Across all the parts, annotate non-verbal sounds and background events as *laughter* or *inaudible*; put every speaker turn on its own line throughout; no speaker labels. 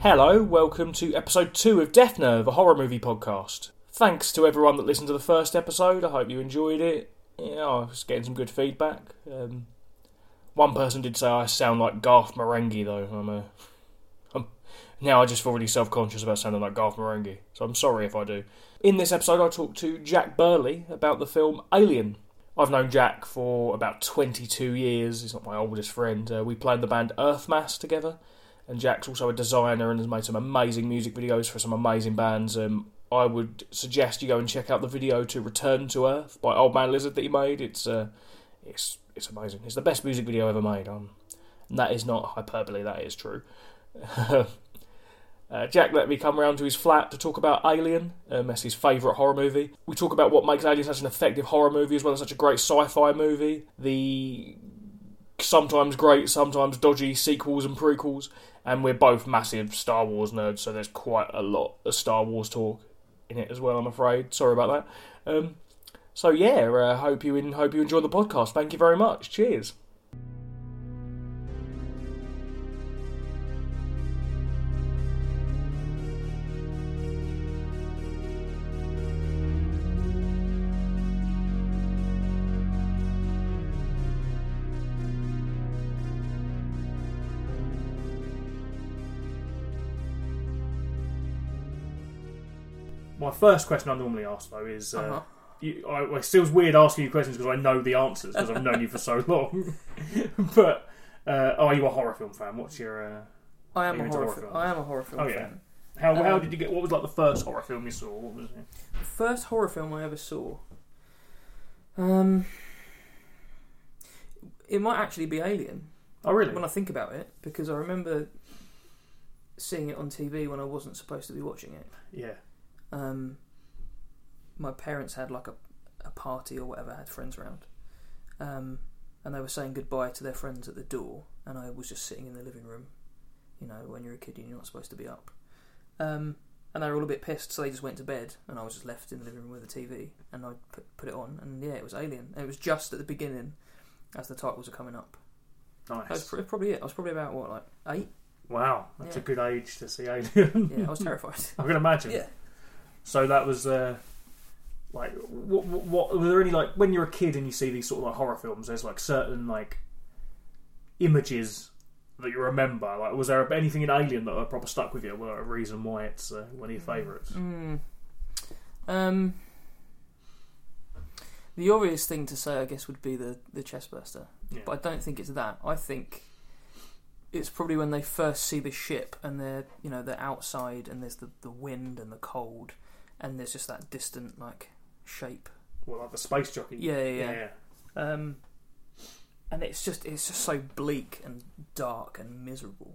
Hello, welcome to episode two of Death Nerve, a horror movie podcast. Thanks to everyone that listened to the first episode. I hope you enjoyed it. Yeah, I was getting some good feedback. Um, one person did say I sound like Garth Marenghi, though. I'm, uh, I'm now I just feel really self-conscious about sounding like Garth Marenghi, so I'm sorry if I do. In this episode, I talked to Jack Burley about the film Alien. I've known Jack for about 22 years. He's not my oldest friend. Uh, we played in the band Earthmass together and Jack's also a designer and has made some amazing music videos for some amazing bands. Um, I would suggest you go and check out the video to "Return to Earth" by Old Man Lizard that he made. It's uh, it's it's amazing. It's the best music video ever made. Um, and that is not hyperbole. That is true. *laughs* Uh, Jack let me come round to his flat to talk about Alien, um, that's his favourite horror movie. We talk about what makes Alien such an effective horror movie as well as such a great sci-fi movie. The sometimes great, sometimes dodgy sequels and prequels, and we're both massive Star Wars nerds, so there's quite a lot of Star Wars talk in it as well. I'm afraid. Sorry about that. Um, so yeah, uh, hope you in, hope you enjoy the podcast. Thank you very much. Cheers. My first question I normally ask though is. Uh,
Uh-huh.
You, I, well, it feels weird asking you questions because I know the answers because I've known you for so *laughs* long. but uh, are you a horror film fan? What's your uh,
I am
You're
a
into
horror.
horror
fi-
films.
I am a horror film
Oh, yeah.
fan.
How, how
Um,
did you get? What was like the first horror film you saw? What was it?
The first horror film I ever saw. Um, it might actually be Alien
Oh, really?
when I think about it, because I remember seeing it on TV when I wasn't supposed to be watching it.
yeah.
Um, my parents had like a a party or whatever, had friends around, um, and they were saying goodbye to their friends at the door, and I was just sitting in the living room. You know, when you're a kid, you're not supposed to be up. Um, and they were all a bit pissed, so they just went to bed, and I was just left in the living room with the TV, and I put, put it on, and yeah, it was Alien. And it was just at the beginning, as the titles were coming up.
Nice.
That was pr- probably it. I was probably about what, like eight?
wow, that's a
Yeah.
good age to see Alien. *laughs*
Yeah, I was terrified.
I can imagine.
yeah.
So that was uh, like, what, what, what were there any like when you're a kid and you see these sort of like horror films? There's like certain like images that you remember. Like, was there anything in Alien that uh, proper stuck with you? Well, a reason why it's uh, one of your favourites?
Mm. Um, the obvious thing to say, I guess, would be the the chest burster,
Yeah.
but I don't think it's that. I think it's probably when they first see the ship and they're you know they're outside and there's the the wind and the cold and there's just that distant like shape.
Well, like the space jockey.
Yeah, yeah, yeah.
yeah.
Um, and it's just it's just so bleak and dark and miserable.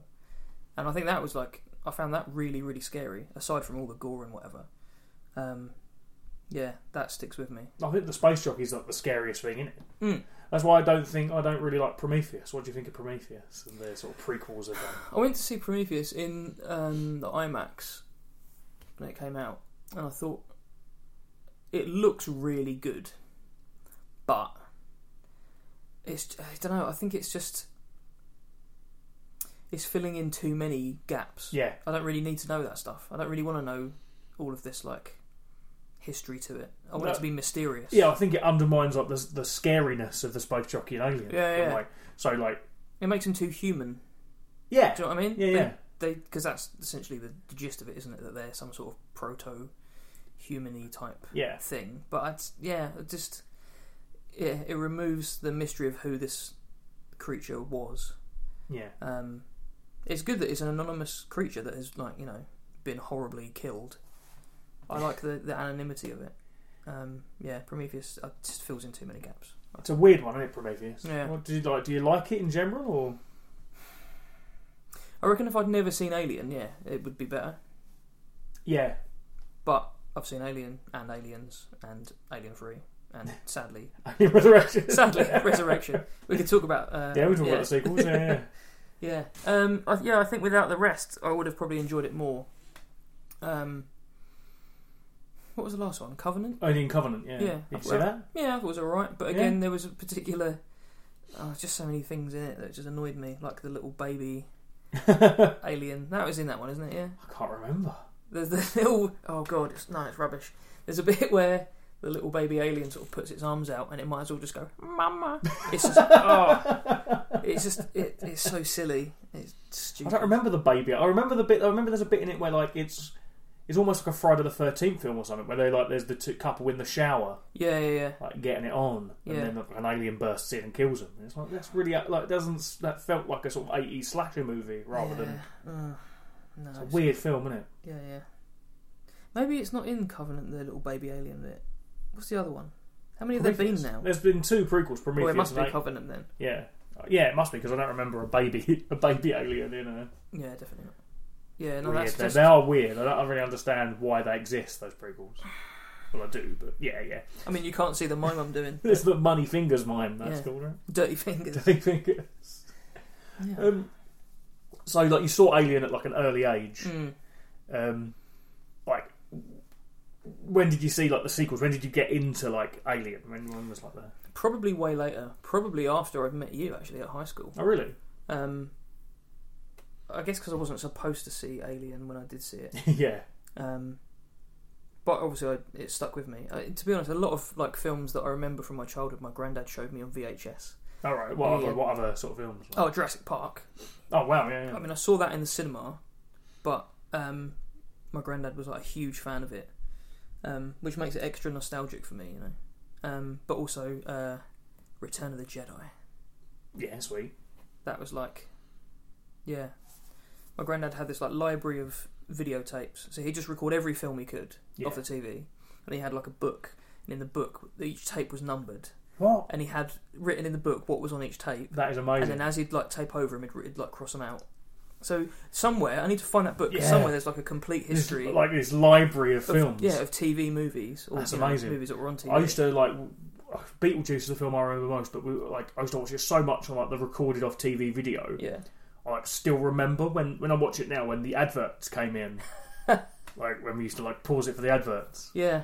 And I think that was like I found that really really scary. Aside from all the gore and whatever, um, yeah, that sticks with me.
I think the space jockey's like the scariest thing in it.
Mm.
That's why I don't think I don't really like Prometheus. What do you think of Prometheus and the sort of prequels of um,
*sighs*
that?
I went to see Prometheus in um, the IMAX when it came out, and I thought it looks really good, but it's I don't know. I think it's just it's filling in too many gaps.
Yeah,
I don't really need to know that stuff. I don't really want to know all of this like history to it. I want
No.
it to be mysterious.
yeah. I think it undermines like the the scariness of the space jockey and Alien.
Yeah, yeah.
Like, so like,
It makes them too human.
yeah,
Do you know what I mean?
yeah, yeah.
They because that's essentially the, the gist of it, isn't it? That they're some sort of proto humany type
yeah.
thing. But I'd, yeah, it just yeah, it removes the mystery of who this creature was.
Yeah,
Um, it's good that it's an anonymous creature that has like you know been horribly killed. I like the, the anonymity of it. Um, yeah, Prometheus uh, just fills in too many gaps.
it's a weird one, isn't it, Prometheus?
Yeah.
What do you like? Do you like it in general, or
I reckon if I'd never seen Alien, yeah, it would be better.
yeah, *laughs*
But I've seen Alien and Aliens and Alien Three
*laughs*
and sadly,
Alien Resurrection? *laughs*
sadly Resurrection. We could talk about uh,
yeah, we talk about the sequels. Yeah, yeah.
Yeah. Um. I, yeah. I think without the rest, I would have probably enjoyed it more. Um. What was the last one? Covenant. *laughs*
Alien Covenant. Yeah,
Yeah.
Did you see that?
Yeah, I thought it was alright, but again, there
*laughs*
was a particular. Oh, just so many things in it that just annoyed me, like the little baby the alien. That was in that one, isn't it? Yeah.
I can't remember.
There's the little. Oh god, it's no, it's rubbish. There's a *laughs* bit where the little baby alien sort of puts its arms out, and it might as well just go, "Mama." It's just, *laughs*
*laughs*
oh, it's just, it, it's so silly. It's
I
stupid.
don't remember the baby. I remember the bit. I remember there's a bit in it where like it's it's almost like a Friday the Thirteenth film or something where they like there's the two couple in the shower
Yeah, yeah, yeah.
like getting it on, and
Yeah.
then like, an alien bursts in and kills them. It's like that's really like doesn't that felt like a sort of 80s slasher movie rather
yeah.
than
Mm. no,
it's a
it's-
weird film, isn't it?
Yeah, yeah. Maybe it's not in Covenant, the little baby alien bit. What's the other one? How many have there been
Prometheus.
now?
There's been two prequels, Prometheus.
Well, it must be
and A-
Covenant then.
yeah, yeah, it must be because I don't remember a baby *laughs* a baby alien in a
Yeah, definitely not. Yeah, no,
weird.
that's
They-
just
They are weird. I don't I really understand why they exist. Those prequels. *sighs* Well, I do, but yeah, yeah.
I mean, you can't see the mime I'm
*laughs*
doing.
It's the money fingers mime. That's
Yeah.
called right.
Dirty fingers.
*laughs* Dirty fingers.
Yeah.
Um, so like you saw Alien at like an early age.
Mm.
Um, like when did you see like the sequels? When did you get into like Alien? When when was like that?
Probably way later. Probably after I'd met you, actually, at high school.
Oh really?
Um, I guess because I wasn't supposed to see Alien when I did see it.
*laughs* yeah.
Um, but obviously, I, it stuck with me. Uh, to be honest, a lot of like films that I remember from my childhood, my granddad showed me on VHS.
All right. What
Yeah.
other what other sort of films?
Oh, Jurassic Park.
Oh wow. Yeah. yeah.
I mean, I saw that in the cinema, but um, my granddad was like a huge fan of it, um, which makes it extra nostalgic for me, you know. Um, but also, uh, Return of the Jedi.
yeah. Sweet.
That was like, yeah. My granddad had this like library of videotapes, so he'd just record every film he could
Yeah.
off the TV, and he had like a book, and in the book each tape was numbered,
What?
and he had written in the book what was on each tape,
That is
and
amazing.
then as he'd like tape over him, he'd, he'd like cross them out. So somewhere, I need to find that book. 'cause
Yeah.
Somewhere there's like a complete
This-
history,
like this library of
of,
films.
yeah, of TV movies or
That's
you know,
amazing.
movies that were on TV.
I used to like Beetlejuice is the film I remember most, but we were, like I used to watch it so much on like the recorded off TV video.
yeah,
I like still remember when when I watch it now when the adverts
*laughs*
came in, like when we used to like pause it for the adverts.
yeah,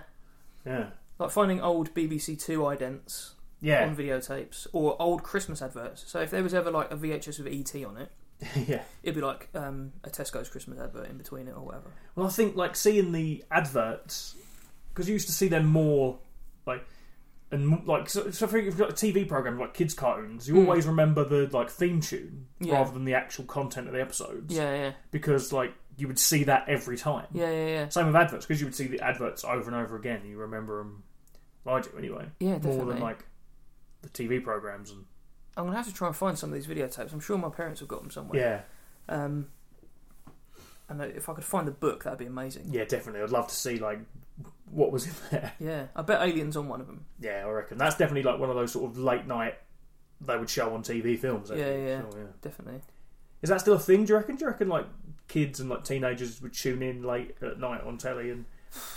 Yeah,
like finding old BBC Two idents
yeah,
on videotapes or old Christmas adverts. So if there was ever like a VHS of ET E on it,
*laughs* yeah.
it'd be like um, a Tesco's Christmas advert in between it or whatever.
Well, I think like seeing the adverts because you used to see them more like and mo- like so, so I think if you've got a TV program like kids cartoons, you
Mm.
always remember the like theme tune
Yeah.
rather than the actual content of the episodes.
Yeah, yeah,
because like you would see that every time.
yeah, yeah, yeah.
Same with adverts because you would see the adverts over and over again. You remember them. I do anyway.
Yeah,
more
definitely.
than like the TV programs and
I'm gonna have to try and find some of these videotapes. I'm sure my parents have got them somewhere.
yeah,
Um, I know if I could find the book, that'd be amazing.
yeah, definitely. I'd love to see like what was in there.
Yeah, I bet Aliens on one of them.
Yeah, I reckon that's definitely like one of those sort of late night they would show on TV films. I
Yeah,
think.
yeah.
Sure,
Definitely.
Is that still a thing? Do you reckon? Do you reckon like kids and like teenagers would tune in late at night on telly and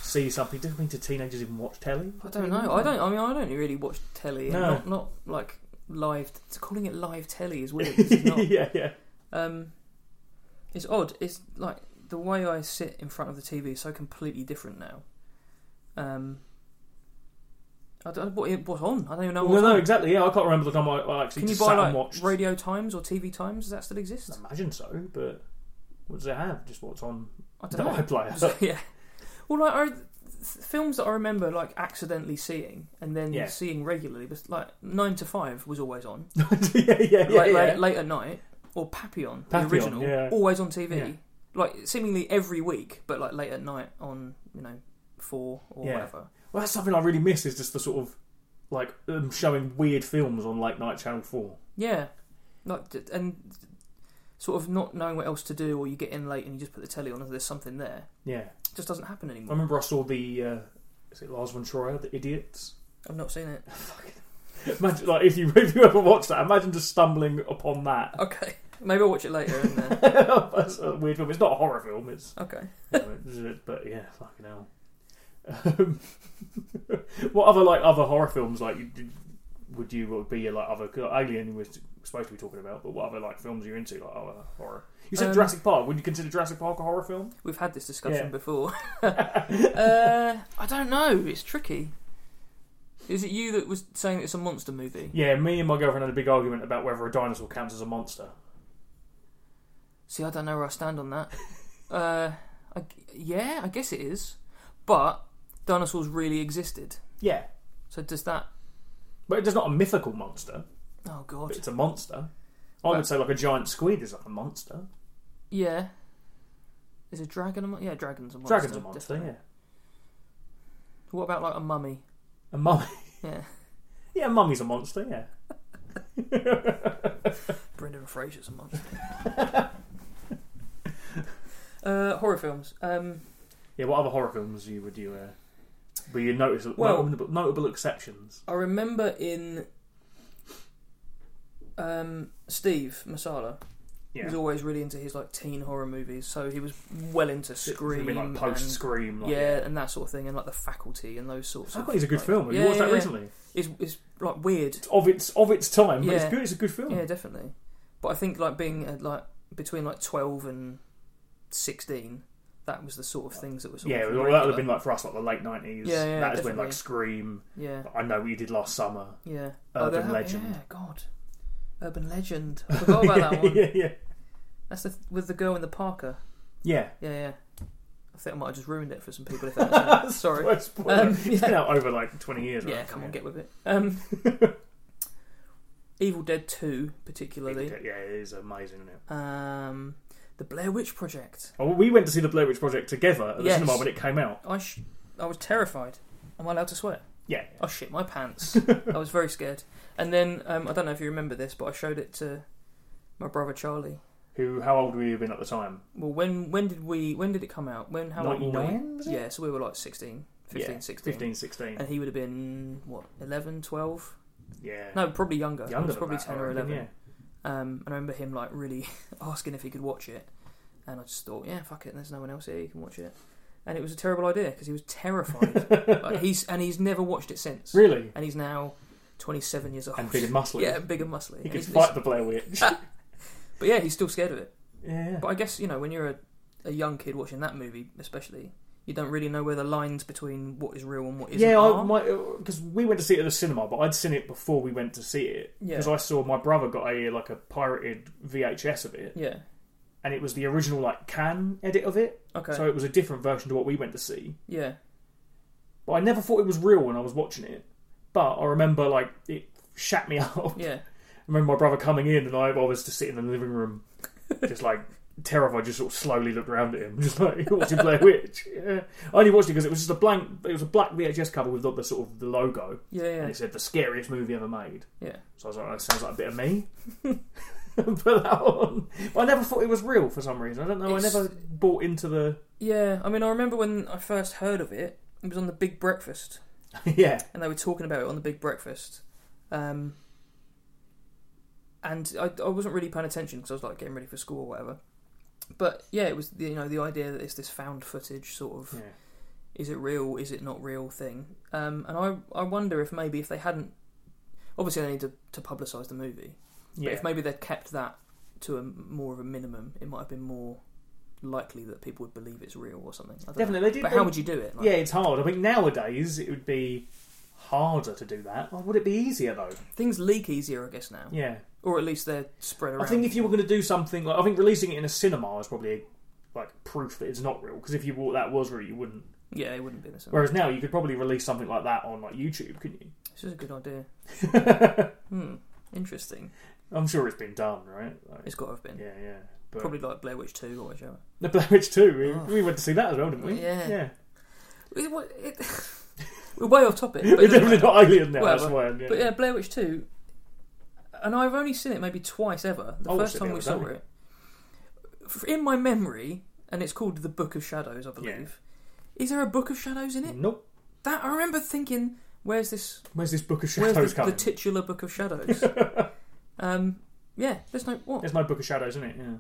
see something? Do you mean do teenagers even watch telly?
I don't know. I don't. I mean, I don't really watch telly. and
No.
Not, not like live. It's calling it live telly is weird. It's
*laughs*
not.
*laughs* yeah, yeah,
Um, it's odd. It's like the way I sit in front of the TV is so completely different now. Um, I don't what it was on. I don't even know.
well,
what
no,
time.
exactly. Yeah, I can't remember the time I, I actually
Can you
just
buy
sat
like
and watched.
radio times or TV times? Does that still exist?
I imagine so, but what does it have? Just what's on
I
*laughs* the
don't know.
iPlayer?
yeah. *laughs* Well, like I, th- films that I remember like accidentally seeing and then
Yeah.
seeing regularly was like Nine to Five was always on,
*laughs* yeah, yeah, yeah.
like
yeah.
Late, late at night, or Papillon,
Papillon,
the original,
yeah.
always on TV,
Yeah.
like seemingly every week, but like late at night on you know four or
Yeah.
whatever.
Well, that's something I really miss is just the sort of like um, showing weird films on late night Channel Four.
Yeah, like d- and sort of not knowing what else to do, or you get in late and you just put the telly on and there's something there.
Yeah,
It just doesn't happen
I
anymore.
remember I saw the uh, is it Lars von Trier, The Idiots.
I've not seen it. *laughs*
Imagine like if you *laughs* if you ever watched that, imagine just stumbling upon that.
Okay, maybe I'll watch it later. And, uh,
*laughs* that's a weird film. It's not a horror film. It's
okay.
but yeah, fucking hell. Um, *laughs* what other like other horror films like you, would you would be like other 'cause Alien was supposed to be talking about, but what other like films are you into like other horror? You said
Um,
Jurassic Park. Would you consider Jurassic Park a horror film?
We've had this discussion
Yeah.
before. *laughs*
*laughs*
uh, I don't know. It's tricky. Is it you that was saying it's a monster movie?
Yeah, me and my girlfriend had a big argument about whether a dinosaur counts as a monster.
See, I don't know where I stand on that. uh, I g yeah, I guess it is, but dinosaurs really existed.
Yeah,
So does that?
but it's not a mythical monster.
Oh
but
god,
It's a monster. I
But-
would say like a giant squid is like a monster.
yeah. Is a dragon a mon- yeah? Dragon's a monster.
Dragon's a monster.
definitely.
Yeah,
What about like a mummy?
a mummy.
Yeah,
*laughs* Yeah, mummy's a monster. Yeah.
Brendan Fraser's a monster. *laughs* uh, horror films. Um,
Yeah, what other horror films you would you uh, were you notice
Well-
notable, notable exceptions?
I remember in um, Steve Masala
Yeah,
was always really into his like teen horror movies, so he was well into
It's gonna
Scream,
be like
and-
post Scream. Like,
yeah, and that sort of thing, and like The Faculty and those sorts
I
of.
thought it's a good
like-
film. Have you
Yeah,
watched
yeah,
that
yeah.
recently?
It's, it's like weird.
It's of its of its time, but
Yeah.
it's good. It's a good film.
Yeah, definitely. But I think like being at, like between like twelve and sixteen, that was the sort of things that were. Sort
Yeah,
of
well, that would have been like for us, like the late nineties.
Yeah, yeah,
that is when
definitely.
like Scream.
Yeah,
I know what you did last summer.
yeah. Oh,
Urban
that-
Legend.
Yeah, God, Urban Legend. I forgot about that one.
*laughs* yeah, yeah,
That's the with the girl in the Parker.
yeah.
Yeah, yeah. I think I might have just ruined it for some people. If
*laughs*
that's sorry.
Well, spoiler.
Um,
*laughs* It's been
yeah.
out over like twenty years.
Yeah,
right?
come on, get
*laughs*
with it. Um, Evil Dead Two, particularly.
Yeah, it is amazing, isn't it?
Um, the Blair Witch Project.
Oh, we went to see the Blair Witch Project together at the
Yes.
cinema when it came out.
I sh- I was terrified. Am I allowed to swear?
Yeah,
I shit my
*laughs*
pants. I was very scared. And then um, I don't know if you remember this, but I showed it to my brother Charlie.
who? How old were you been at the time?
Well, when when did we? When did it come out? When? Uh, How old were we?
99, was it?
Yeah, so we were like 16, 15, 16.
15, 16.
And he would have been what 11, 12?
Yeah.
No, probably younger.
Younger
He was
than
probably
that,
ten
I
or
reckon,
eleven. Um, and I remember him like really *laughs* asking if he could watch it, and I just thought, yeah, fuck it. There's no one else here. You can watch it. And it was a terrible idea because he was
*laughs*
terrified.
Yeah.
like, he's and he's never watched it since.
really?
And he's now 27 years old. *laughs*
And big and muscly.
Yeah, big and muscly. And
He could
he's-
fight the Blair Witch. yeah.
But yeah, he's still scared of it.
yeah.
But I guess you know when you're a, a young kid watching that movie, especially, you don't really know where the lines between what is real and what isn't.
Yeah,
are.
because we went to see it at the cinema, but I'd seen it before we went to see it
Yeah.
because I saw my brother got a like a pirated VHS of it,
yeah.
and it was the original like can edit of it,
Okay.
so it was a different version to what we went to see.
yeah.
But I never thought it was real when I was watching it, but I remember like it shat me *laughs* up.
Yeah.
I remember my brother coming in, and I, I was just sitting in the living room, just
*laughs*
like terrified, just sort of slowly looked around at him, *laughs* just like watching Blair Witch. Yeah. I only watched it because it was just a blank, it was a black VHS cover with the, the sort of the logo,
Yeah.
and
Yeah.
it said the scariest movie ever made.
Yeah.
So I was like, that sounds like a bit of me. *laughs* Put that on. But I never thought it was real for some reason. I don't know.
It's-
I never bought into the *laughs*
Yeah. I mean, I remember when I first heard of it. It was on the Big Breakfast,
yeah.
and they were talking about it on the Big Breakfast. Um. And I, I wasn't really paying attention because I was like getting ready for school or whatever. But yeah, it was the, you know the idea that it's this found footage sort of.
yeah.
is it real, is it not real thing. Um, and I, I wonder if maybe if they hadn't, obviously they need to, to publicise the movie,
Yeah.
but if maybe they'd kept that to a more of a minimum, it might have been more likely that people would believe it's real or something. I don't know.
Definitely, they did.
But how would you do it? Like,
Yeah, it's hard. I think nowadays it would be harder to do that. Or would it be easier though?
Things leak easier, I guess, now.
Yeah.
Or at least they're spread around.
I think if you were going to do something, like I think releasing it in a cinema is probably like proof that it's not real. Because if you thought that was real, you wouldn't.
Yeah, it wouldn't be the same.
Whereas now you could probably release something like that on like YouTube, couldn't you?
This is a good idea.
*laughs*
hmm. Interesting.
I'm sure it's been done, right? Like,
It's got to have been.
yeah, yeah. But
Probably like Blair Witch 2 or whichever.
the Blair Witch Two. We,
Oh.
we went to see that as well, didn't we?
Yeah.
yeah.
It- what- it- *laughs* we're way off
*laughs*
topic. but it
We're
doesn't
definitely
matter.
not alien now. That's
Whatever.
why. Yeah.
But yeah, Blair Witch 2, and I've only seen it maybe twice ever. The
I watched
first
Oh,
time
it the
we
other
saw
day.
it, f- in my memory, and it's called The Book of Shadows, I believe. Is there a Book of Shadows in it?
Nope.
That I remember thinking, where's this?
Where's this book of
Where's
shadows
this, the
coming?
titular Book of
*laughs*
Shadows? um, yeah, there's no what
There's no book of shadows in it. Yeah.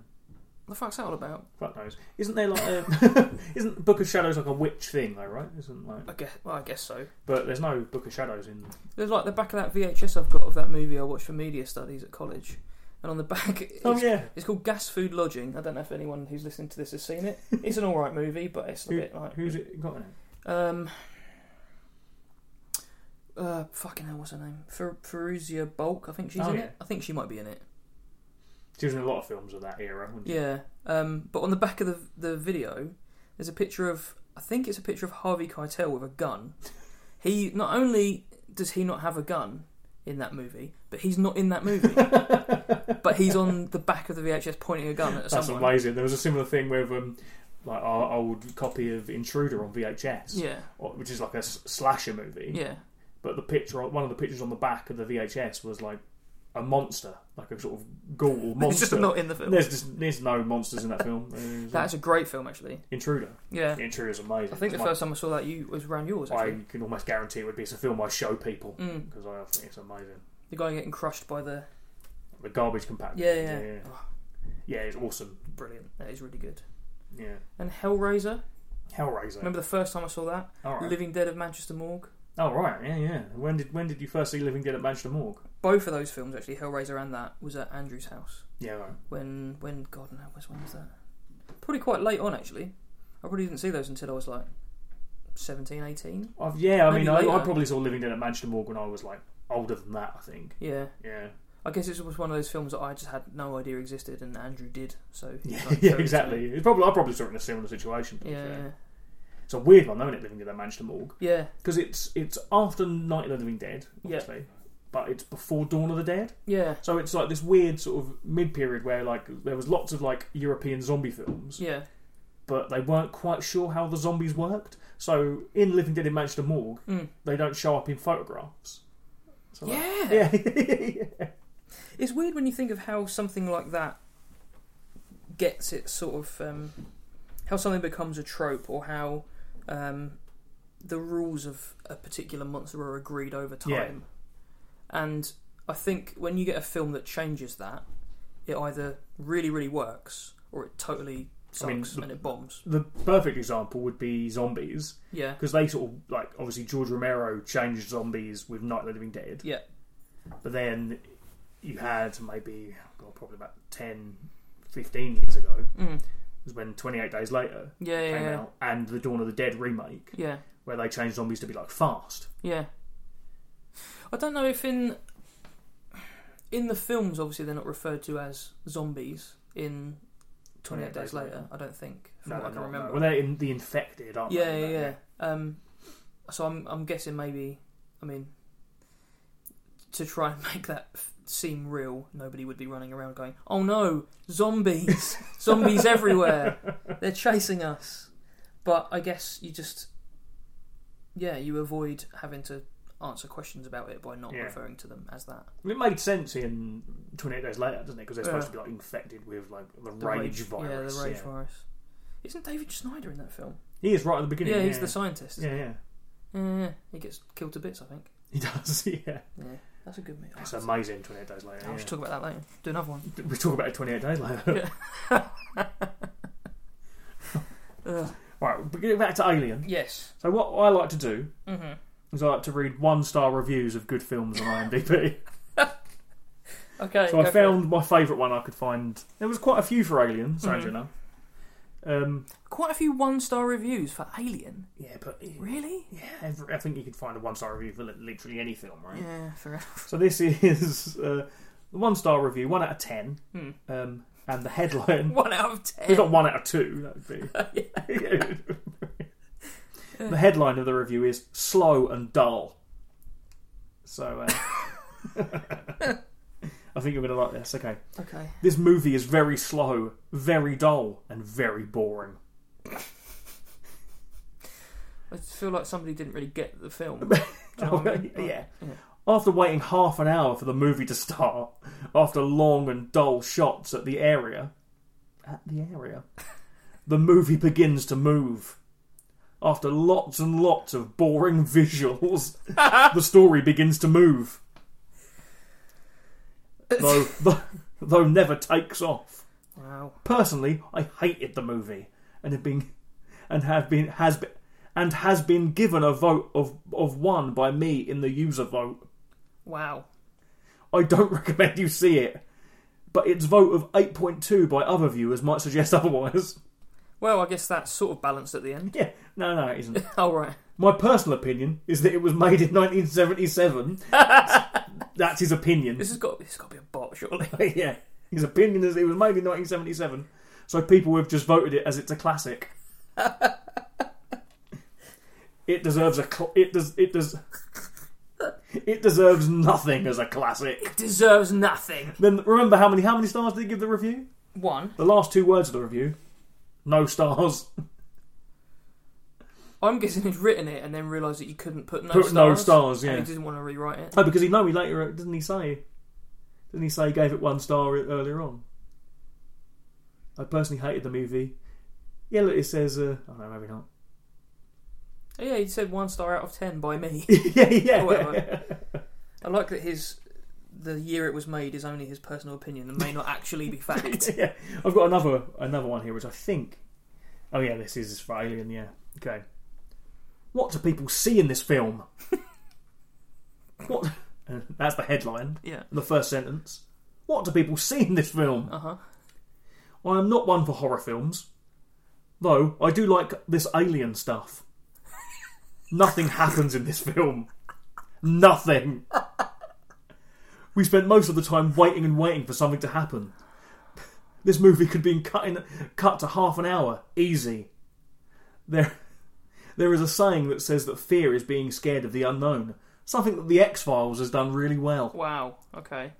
the fuck's that all about?
Fuck knows. Isn't there like a, *laughs* isn't Book of Shadows like a witch thing though, right? Isn't like
I guess well, I guess so.
but there's no Book of Shadows in
There's like the back of that VHS I've got of that movie I watched for media studies at college, and on the back, it's,
Oh yeah.
It's called Gas Food Lodging. I don't know if anyone who's listening to this has seen
*laughs*
it. It's an alright movie, but it's a
Who-
bit like.
Who's it got in it?
Um, uh, fucking hell, what's her name? Fer- Feruzia Bulk, I think she's
Oh,
in
yeah.
it. I think she might be in it.
She was in a lot of films of that era. Wasn't she?
Yeah, um, but on the back of the the video, there's a picture of I think it's a picture of Harvey Keitel with a gun. He not only does he not have a gun in that movie, but he's not in that
*laughs*
movie. but he's on the back of the VHS pointing a gun at
That's
someone.
amazing. There was a similar thing with um, like our old copy of Intruder on VHS,
Yeah,
or- which is like a s- slasher movie.
yeah,
But the picture, one of the pictures on the back of the VHS was like a monster, like a sort of
*laughs*
ghoul or
he's
monster.
just not in the film.
there's just, there's no monsters in
*laughs*
that film. There's, uh,
That's a great film, actually.
Intruder.
Yeah,
Intruder is amazing.
I think the
It's my-
first time I saw that you was around yours. Actually,
I can almost guarantee it would be it's a film I show people
mm,
because I think it's amazing.
the guy getting crushed by the
The garbage compactor.
yeah, yeah,
yeah,
Oh,
Yeah, it's awesome.
brilliant. That is really good.
Yeah,
And Hellraiser.
Hellraiser.
Remember the first time I saw that?
All right.
Living Dead of Manchester Morgue.
oh right, yeah, yeah. When did when did you first see Living Dead at Manchester Morgue?
Both of those films, actually, Hellraiser and that, was at Andrew's house.
Yeah, right.
when when God knows when was that? Probably quite late on actually. I probably didn't see those until I was like 17, 18.
I've, yeah. I
Maybe
mean, I, I
later.
probably saw Living Dead at Manchester Morgue when I was like older than that. I think.
Yeah, *laughs*
Yeah.
I guess it was one of those films that I just had no idea existed, and Andrew did. So he
Yeah,
was, like,
*laughs* yeah,
showing it to
exactly.
me.
It's probably I probably saw it in a similar situation. to be
Yeah,
fair.
yeah,
It's a weird one, though, isn't it? Living Dead at Manchester Morgue
yeah,
because it's it's after Night of the Living Dead,
Yeah.
obviously, but it's before Dawn of the Dead.
yeah,
So it's like this weird sort of mid period where like there was lots of like European zombie films,
yeah.
but they weren't quite sure how the zombies worked. So in Living Dead in Manchester Morgue,
Mm.
they don't show up in photographs. So like-
Yeah.
*laughs* yeah,
It's weird when you think of how something like that gets it sort of um, how something becomes a trope or how um, the rules of a particular monster are agreed over time. And I think when you get a film that changes that, it either really really works or it totally sucks
I mean, the-
and it bombs.
The perfect example would be zombies
Yeah,
because they sort of like obviously George Romero changed zombies with Night of the Living Dead.
Yeah.
but then you had maybe well, probably about 10, 15 years ago
mm.
was when Twenty Eight Days Later
yeah, yeah,
came
yeah.
out and the Dawn of the Dead remake,
yeah.
where they changed zombies to be like fast.
Yeah. I don't know if in in the films obviously they're not referred to as zombies in 28 days later, I don't think from
No,
what I
no,
can
no,
remember.
no. Well, they're in the infected, aren't
yeah,
they?
yeah, yeah. Um so I'm I'm guessing maybe I mean to try and *laughs* make that f- seem real, nobody would be running around going, "Oh no,
*laughs*
zombies. zombies everywhere. They're chasing us." But I guess you just yeah, you avoid having to answer questions about it by not
Yeah.
referring to them as that.
Well, It made sense in Twenty Eight Days Later, doesn't it? Because they're supposed
Yeah.
to be like infected with like the,
The
rage,
Yeah,
virus.
the rage virus. Isn't David Schneider in that film?
He is right at the beginning.
Yeah, he's
yeah.
the scientist. isn't
Yeah, yeah.
he? Yeah, yeah. He gets killed to bits, I think.
He does. *laughs* Yeah,
Yeah, that's a good movie.
it's amazing. Twenty Eight Days Later.
Oh, we
yeah.
should talk about that later. Do another one.
We talk about it Twenty Eight Days Later. *laughs*
Ugh.
right, but getting back to Alien.
yes.
So what I like to do
Mm-hmm.
is I like to read one star reviews of good films on IMDb.
Okay.
So
go
I
for
found my favourite one I could find. There was quite a few for Alien,
Mhm.
strangely enough. Um,
it. quite a few one-star reviews for Alien.
yeah, but
Really?
yeah, every- I think you could find a one-star review for li- literally any film, right?
Yeah. Fair enough.
So this *laughs* is uh, the one-star review, one out of ten,
Hmm.
um, and the headline.
*laughs* One out of
It's not
ten.
one out of two. That would
*laughs*
be. *laughs* the headline of the review is "Slow and Dull." So uh, *laughs* I think you're going to like this. Okay.
Okay.
This movie is very slow, very dull, and very boring.
I just feel like somebody didn't really get the film.
*laughs*
Do you know what I mean? Like,
yeah. After waiting half an hour for the movie to start, after long and dull shots at the area, at the area, the movie begins to move. After lots and lots of boring *laughs* visuals, the story begins to move. Though, though, though never takes off.
Wow.
Personally, I hated the movie and have been and have been has been and has been given a vote of of one by me in the user vote.
Wow.
I don't *laughs* recommend you see it, but its vote of 8.2 by other viewers might suggest *laughs* otherwise.
Well, I guess that's sort of balanced at the end. *laughs*
Yeah, no, no, it isn't.
All right.
My personal opinion is that it was made in 1977. That's his opinion. *laughs*
This has got. This has got to be a bot, surely.
yeah. His opinion is it was made in 1977, so people have just voted it as it's a classic. it deserves a cl- it does it does *laughs* it deserves nothing as a classic.
It deserves nothing.
Then remember how many how many stars did he give the review?
One,
The last two words of the review, no stars. *laughs*
I'm guessing he'd written it and then realised that you couldn't put no
Put
stars.
no stars,
And
yeah.
he didn't want to rewrite it.
Oh, because he know he later doesn't he say? Doesn't he say he gave it one star e- earlier on? I personally hated the movie. Yeah, look, it says. Uh, oh no, maybe not. *laughs*
Oh, yeah, he said one star out of ten by me. *laughs*
yeah, yeah.
Or *laughs* whatever. I like that his the year it was made is only his personal opinion and may not actually be fact.
*laughs* yeah. I've got another another one here, which I think. Oh yeah, this is for Alien. Yeah. Okay. What do people see in this film? *laughs* what? *laughs* That's the headline.
*laughs* yeah.
The first sentence. What do people see in this film?
Uh huh.
I am not one for horror films, though I do like this alien stuff. Nothing happens in this film. Nothing. We spent most of the time waiting and waiting for something to happen. This movie could be cut in, cut to half an hour, easy. There, there is a saying that says that fear is being scared of the unknown. Something that the X Files has done really well.
Wow. Okay.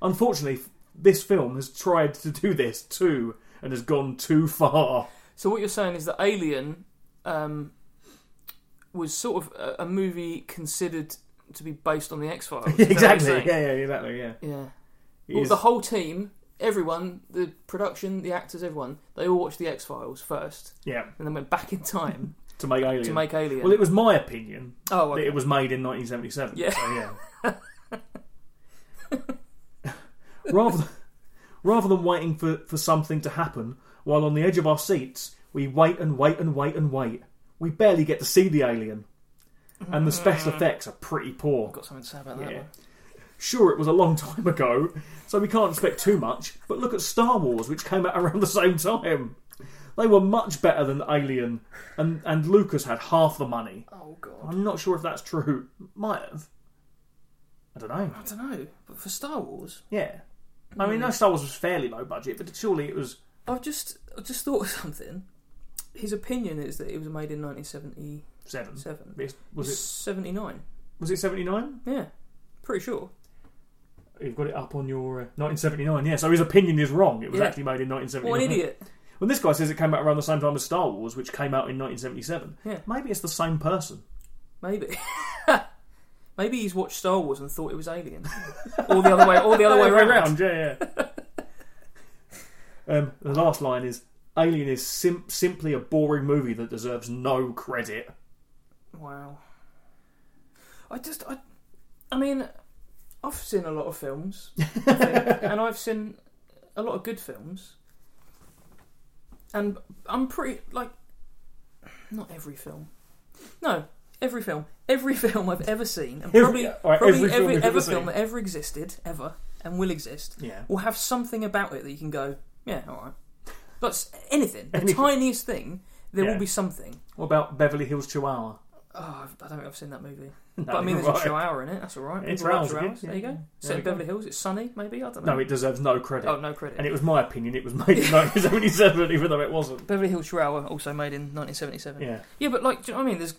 Unfortunately, this film has tried to do this too and has gone too far. *laughs*
So what you're saying is that Alien um, was sort of a, a movie considered to be based on the X Files.
exactly. Yeah, yeah, exactly. Yeah.
Yeah.
It
Well,
is-
the whole team, everyone, the production, the actors, everyone, they all watched the X Files first,
yeah.
and then went back in time
To make Alien.
to make Alien.
Well, it was my opinion
oh, okay.
that it was made in 1977.
Yeah.
So yeah. *laughs* rather, th- rather than waiting for, for something to happen, while on the edge of our seats, we wait and wait and wait and wait. We barely get to see the alien, and the special effects are pretty poor.
I've Mm. got something to say about that
Yeah.
one.
Sure, it was a long time ago, so we can't expect too much, but look at Star Wars, which came out *laughs* around the same time. They were much better than Alien, and, and Lucas had half the money.
Oh god.
I'm not sure if that's true. Might have. I don't know.
I don't know, but for Star Wars,
Yeah. I mean, no, Star Wars was fairly low budget, but surely it was.
I've just I just thought of something. His opinion is that it was made in 1977.
Seven. It- Was it
79.
was it seventy nine?
Yeah, pretty sure.
You've got it up on your uh, nineteen seventy nine. Yeah, so his opinion is wrong. It was
Yeah.
actually made in nineteen seventy
What
nine.
an idiot.
Well, this guy says it came out around the same time as Star Wars, which came out in 1977.
Yeah.
Maybe it's the same person.
Maybe. *laughs* Maybe he's watched Star Wars and thought it was Alien. all the other way, all the
*laughs*
other way around.
yeah,
*laughs*
yeah. um, the last line is Alien is sim- simply a boring movie that deserves no credit.
Wow. I just, I, I mean, I've seen a lot of films, I
*laughs*
think, and I've seen a lot of good films, and I'm pretty like, not every film, no, every film, every *laughs* film I've ever seen, and
Every-
probably
all right,
probably every
every film
every,
you've ever
film
seen.
that ever existed, ever, and will exist,
Yeah.
will have something about it that you can go, yeah, all right. But s- anything, the
Anything.
tiniest thing, there
Yeah.
will be something.
What about Beverly Hills Chihuahua?
Oh, I've- I don't think I've seen that movie. *laughs*
No,
But I mean, there's
right.
a chihuahua in it. That's all right.
It's
People like
Chihuahuas,
chihuahuas.
yeah.
There you
Yeah.
go. Set
There
in
we go.
Beverly Hills. It's sunny, maybe. I don't know.
No, it deserves no credit.
oh, no credit.
And it was my opinion. It was made in 1977, even though it
*laughs*
wasn't.
Beverly Hills Chihuahua, also made in 1977.
Yeah.
Yeah, but like, do you know what I mean? There's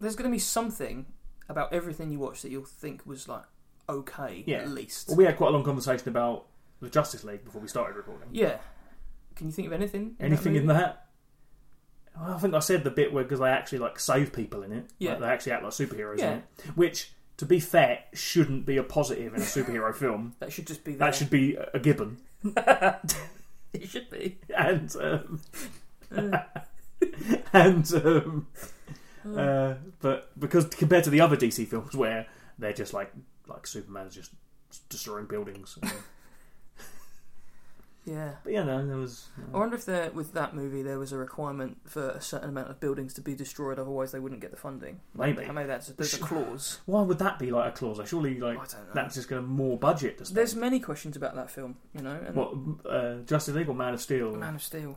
there's going to be something about everything you watch that you'll think was like okay
Yeah.
at least.
Well, we had quite a long conversation about the Justice League before we started recording.
yeah. Can you think of anything? In
Anything
that
in
movie?
that? Well, I think I said the bit where because they actually like save people in it.
Yeah.
Like, they actually act like superheroes
Yeah.
in it, which to be fair shouldn't be a positive in
*laughs*
a superhero film.
That should just be there.
That should be a a given.
*laughs* it should be.
And
*laughs*
um, *laughs* and um,
Oh.
uh, but because compared to the other DC films where they're just like like Superman's just
*laughs*
destroying buildings. and-
Yeah.
but yeah, no, there was. uh,
I wonder if there, with that movie, there was a requirement for a certain amount of buildings to be destroyed, otherwise they wouldn't get the funding.
Maybe.
Maybe that's there's a clause.
Why would that be like a clause? Like, surely,
I
like
don't know.
that's just going to more budget to spend.
There's many questions about that film, you know. And
What uh, Justice League or Man of Steel?
Man of Steel.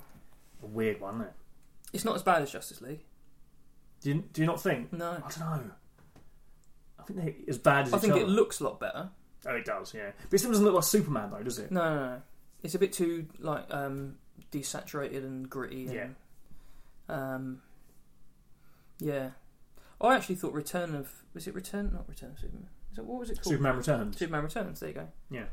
A weird one, isn't it?
It's not as bad as Justice League.
Do you, do you not think?
No,
I don't know. I think they're as bad as
I
each
think
other.
it looks a lot better.
Oh, it does, yeah. But it still doesn't look like Superman, though, does it?
No, no, no. It's a bit too like um, desaturated and gritty. And,
Yeah.
Um, yeah. I actually thought Return of was it Return not Return of Superman? Is that, what was it called?
Superman Returns.
Superman Returns. There you go.
Yeah.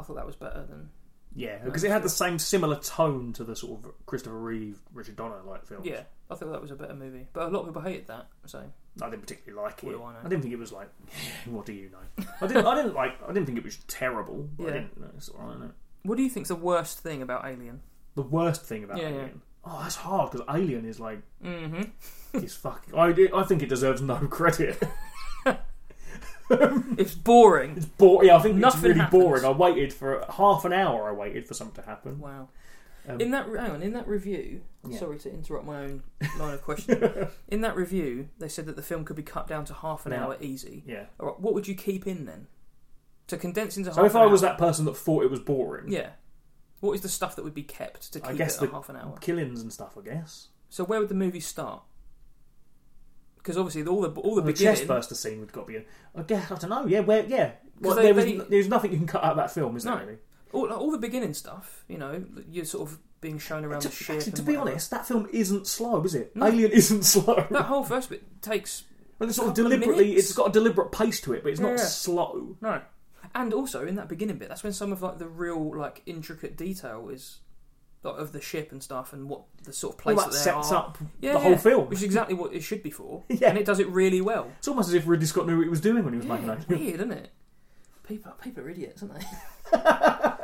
I thought that was better than
Yeah, because it had the same similar tone to the sort of Christopher Reeve, Richard Donner like films.
yeah. I thought that was a better movie, but a lot of people hated that. So
I didn't particularly like
What
it.
do I know?
didn't think it was like, *laughs* what do you know? I didn't. I didn't like. I didn't think it was terrible. But
Yeah.
I didn't. no, It's all right, isn't it?
what do you think's the worst thing about Alien?
The worst thing about
Yeah, yeah.
Alien. Oh, that's hard because Alien is like *laughs*
Mm-hmm.
is fucking. I, I think it deserves no *laughs* credit.
It's boring.
It's bore, yeah, I think
Nothing
it's really
happens.
boring. I waited for half an hour. I waited for something to happen.
Wow.
Um,
in that hang on, in that review,
Yeah.
sorry to interrupt my own line of questioning.
*laughs*
in that review, they said that the film could be cut down to half an
Now-
hour easy.
Yeah.
All right, what would you keep in then? To condense into
So
half
if
an
I was
hour-
that person that thought it was boring,
yeah, what is the stuff that would be kept to
I
keep
guess
it
the
at half an hour?
killings and stuff. I guess
So where would the movie start? Because obviously the- all the all the
the
beginning.
chest burster scene would got to be. in. I guess I don't know. Yeah, where? Yeah, well,
they-
there was
they-
there's nothing you can cut out of that film, is
No.
there? Really?
all, all the beginning stuff, you know, you're sort of being shown around
To,
the ship.
actually,
and
to be
whatever.
honest, that film isn't slow, is it?
No.
Alien *laughs* isn't slow.
that whole first bit takes
Well, it's sort of
couple of
deliberately.
minutes.
it's got a deliberate pace to it, but it's
Yeah.
not slow.
no, and also in that beginning bit, that's when some of like the real like intricate detail is like, of the ship and stuff, and what the sort of
All
place
that
that they
sets
are.
up
Yeah,
the whole
yeah,
film.
which is exactly what it should be for,
*laughs* Yeah.
and it does it really well.
It's almost as if Ridley Scott knew what he was doing when he was making
Yeah,
that.
weird, isn't it? People, people are idiots, aren't
*laughs*
they?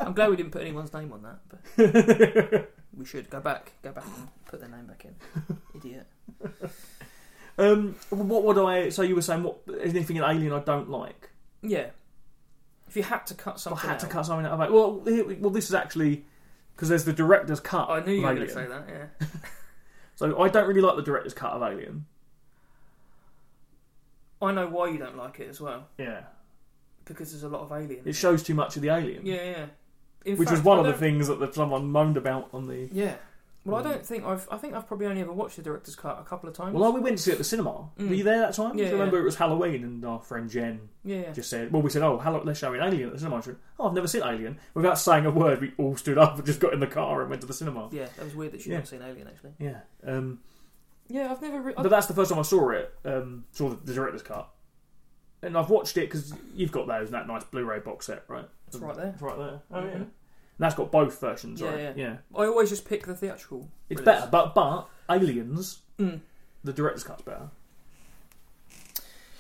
I'm glad we didn't put anyone's name on that, but
*laughs*
we should go back, go back and put their name back in. Idiot.
Um, what would I? So you were saying what? Anything in Alien I don't like?
Yeah. If you had to cut
I
something,
had to
out-
cut something out of it. Well, here, well, this is actually because there's the director's cut.
I knew you
of
were going
Alien.
to say that. Yeah.
So I don't really like the director's cut of Alien.
I know why you don't like it as well,
Yeah,
because there's a lot of aliens.
it shows too much of the Alien,
Yeah, yeah. In
which was
fact,
one
I
of the
don't-
things that the, someone moaned about on the.
Yeah. Well, I
Mm.
don't think I've. I think I've probably only ever watched the director's cut a couple of times.
Well, I- we went to see it at the cinema.
Mm.
Were you there that time?
Yeah,
I remember
yeah.
it was Halloween, and our friend Jen
yeah, yeah.
just said, "Well, we said, oh, hello, let's show an Alien at the cinema." She said, "Oh, I've never seen Alien." Without saying a word, we all stood up and just got in the car and went to the cinema.
Yeah, that was weird that you've
Yeah.
not seen Alien actually.
Yeah. Um,
Yeah, I've never. Re- I-
but that's the first time I saw it. Um, saw the, the director's cut, and I've watched it because you've got those in that nice Blu-ray box set, right?
It's right there.
It's right there. Oh yeah.
Mhm.
And that's got both versions,
Yeah,
right?
yeah.
yeah.
I always just pick the theatrical.
It's
release.
better, but but Aliens,
Mm.
the director's cut's better.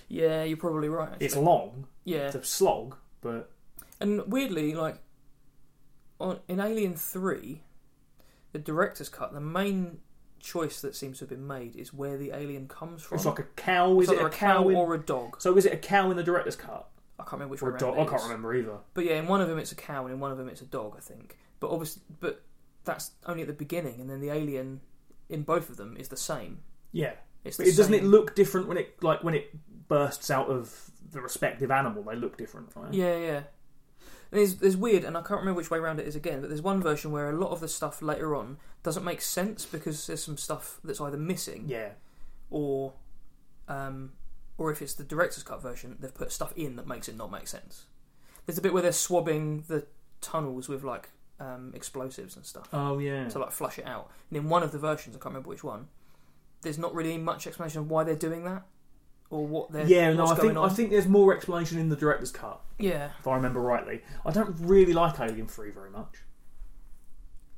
Yeah, you're probably right. Actually.
It's long,
yeah,
it's a slog, but
and weirdly, like on, in Alien Three, the director's cut. The main choice that seems to have been made is where the alien comes from.
it's like a cow.
It's
Is it
either
a cow? in-
or a dog?
So is it a cow in the director's cut
I can't remember which
or
one.
a dog? I can't remember either.
But yeah, in one of them it's a cow, and in one of them it's a dog. I think. But obviously, but that's only at the beginning, and then the alien in both of them is the same.
Yeah,
It's the
but it, doesn't it
same-
look different when it like when it bursts out of the respective animal? They look different, right?
Yeah, yeah. And There's, there's weird, and I can't remember which way around it is again, but there's one version where a lot of the stuff later on doesn't make sense because there's some stuff that's either missing
yeah.
or, um, or if it's the director's cut version, they've put stuff in that makes it not make sense. There's a bit where they're swabbing the tunnels with like um, explosives and stuff
Oh yeah.
to like flush it out. And in one of the versions, I can't remember which one, there's not really much explanation of why they're doing that or what they're
yeah, no,
what's
I
going
think
on.
I think there's more explanation in the director's cut,
yeah.
if I remember rightly. I don't really like Alien Three very much.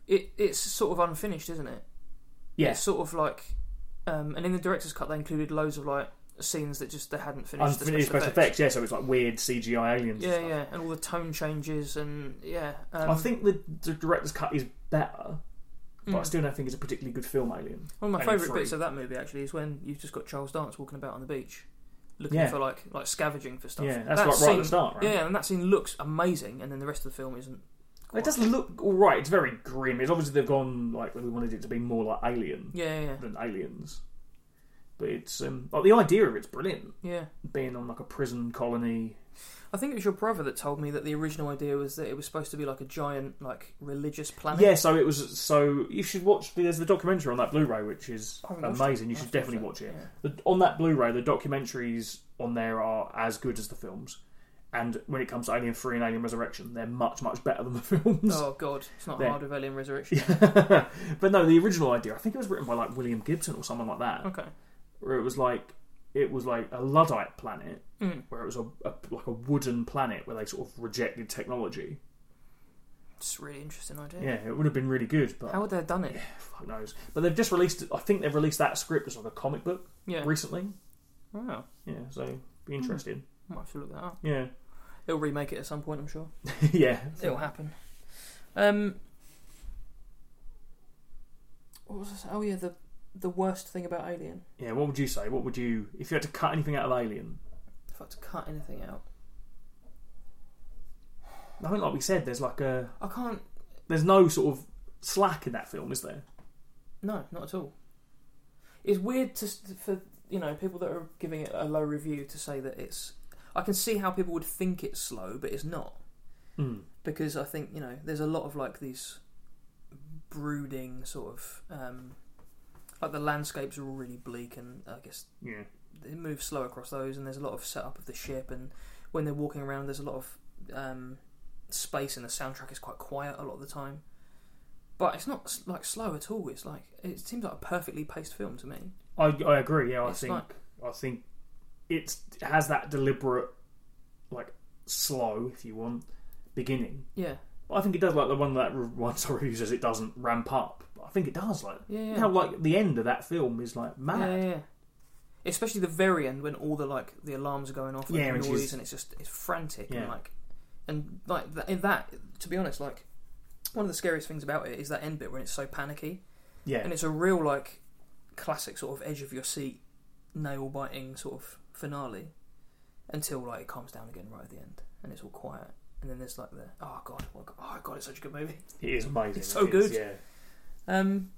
it it's sort of unfinished, isn't it?
Yeah.
It's sort of like, um, and in the director's cut, they included loads of like scenes that just they hadn't finished. the
Unfinished
special
special effects, yeah. So it's like weird CGI aliens. and
Yeah,
stuff.
yeah, and all the tone changes and yeah. Um,
I think the, the director's cut is better, but I
mm.
still don't think it's a particularly good film. Alien.
one of my
Alien
favourite
three.
bits of that movie actually is when you've just got Charles Dance walking about on the beach, looking
Yeah.
for like like scavenging for stuff.
Yeah, that's
That
like right at the
scene-
start, right?
Yeah, and that scene looks amazing, and then the rest of the film isn't.
It does look all right. It's very grim. It's obviously they've gone like we wanted it to be more like Alien
Yeah, yeah,
than Aliens, but it's um, like the idea of it's brilliant.
yeah.
Being on like a prison colony.
I think it was your brother that told me that the original idea was that it was supposed to be like a giant like religious planet.
Yeah, so it was. So you should watch. There's the documentary on that Blu-ray, which is
I haven't watched
amazing.
it.
You
Oh, I
should
have to
definitely watch it. The, on that Blu-ray, the documentaries on there are as good as the films, And when it comes to Alien Three and Alien Resurrection, they're much much better than the *laughs* films.
Oh God, it's not
There.
hard with Alien Resurrection.
Yeah. but no, the original idea, I think it was written by like William Gibson or someone like that,
Okay.
where it was like it was like a luddite planet,
Mm.
where it was a, a like a wooden planet where they sort of rejected technology.
It's a really interesting idea.
Yeah, it would have been really good, but
How would they have done it?
fuck knows. But they've just released, I think they've released that script as like a comic book
Yeah. Hmm.
recently.
Wow.
Yeah, so be interesting.
Might have to look that up.
Yeah, *laughs*
They'll remake it at some point, I'm sure.
yeah.
It'll happen. Um, what was this? Oh yeah, the the worst thing about Alien.
Yeah, what would you say? What would you if you had to cut anything out of Alien?
If I had to cut anything out,
I think, like we said, there's like a
I can't.
there's no sort of slack in that film, is there?
No, not at all. It's weird to for you know people that are giving it a low review to say that it's. I can see how people would think it's slow, but it's not Hmm.
Mm.
because I think you know there's a lot of like these brooding sort of um, like the landscapes are all really bleak and I guess
Yeah,
it moves slow across those, and there's a lot of setup of the ship, and when they're walking around, there's a lot of um, space, and the soundtrack is quite quiet a lot of the time. But it's not s- like slow at all. It's like it seems like a perfectly paced film to me.
I I agree. Yeah, I
It's
think
like-
I think it's it has that deliberate like slow, if you want, beginning.
Yeah,
But I think it does like the one that *laughs* re- one sorry who says it doesn't ramp up. But I think it does like
yeah, yeah.
how like the end of that film is like mad.
yeah, yeah, yeah. Especially the very end when all the like the alarms are going off, and
Yeah,
the
which
noise,
is-
and it's just it's frantic and
Yeah.
like and like that, in that. To be honest, like one of the scariest things about it is that end bit when it's so panicky.
Yeah,
and it's a real like classic sort of edge of your seat nail biting sort of finale until like it calms down again right at the end and it's all quiet and then there's like the oh god what, oh god it's such a good movie
it is amazing.
It's so
It is,
good.
yeah.
um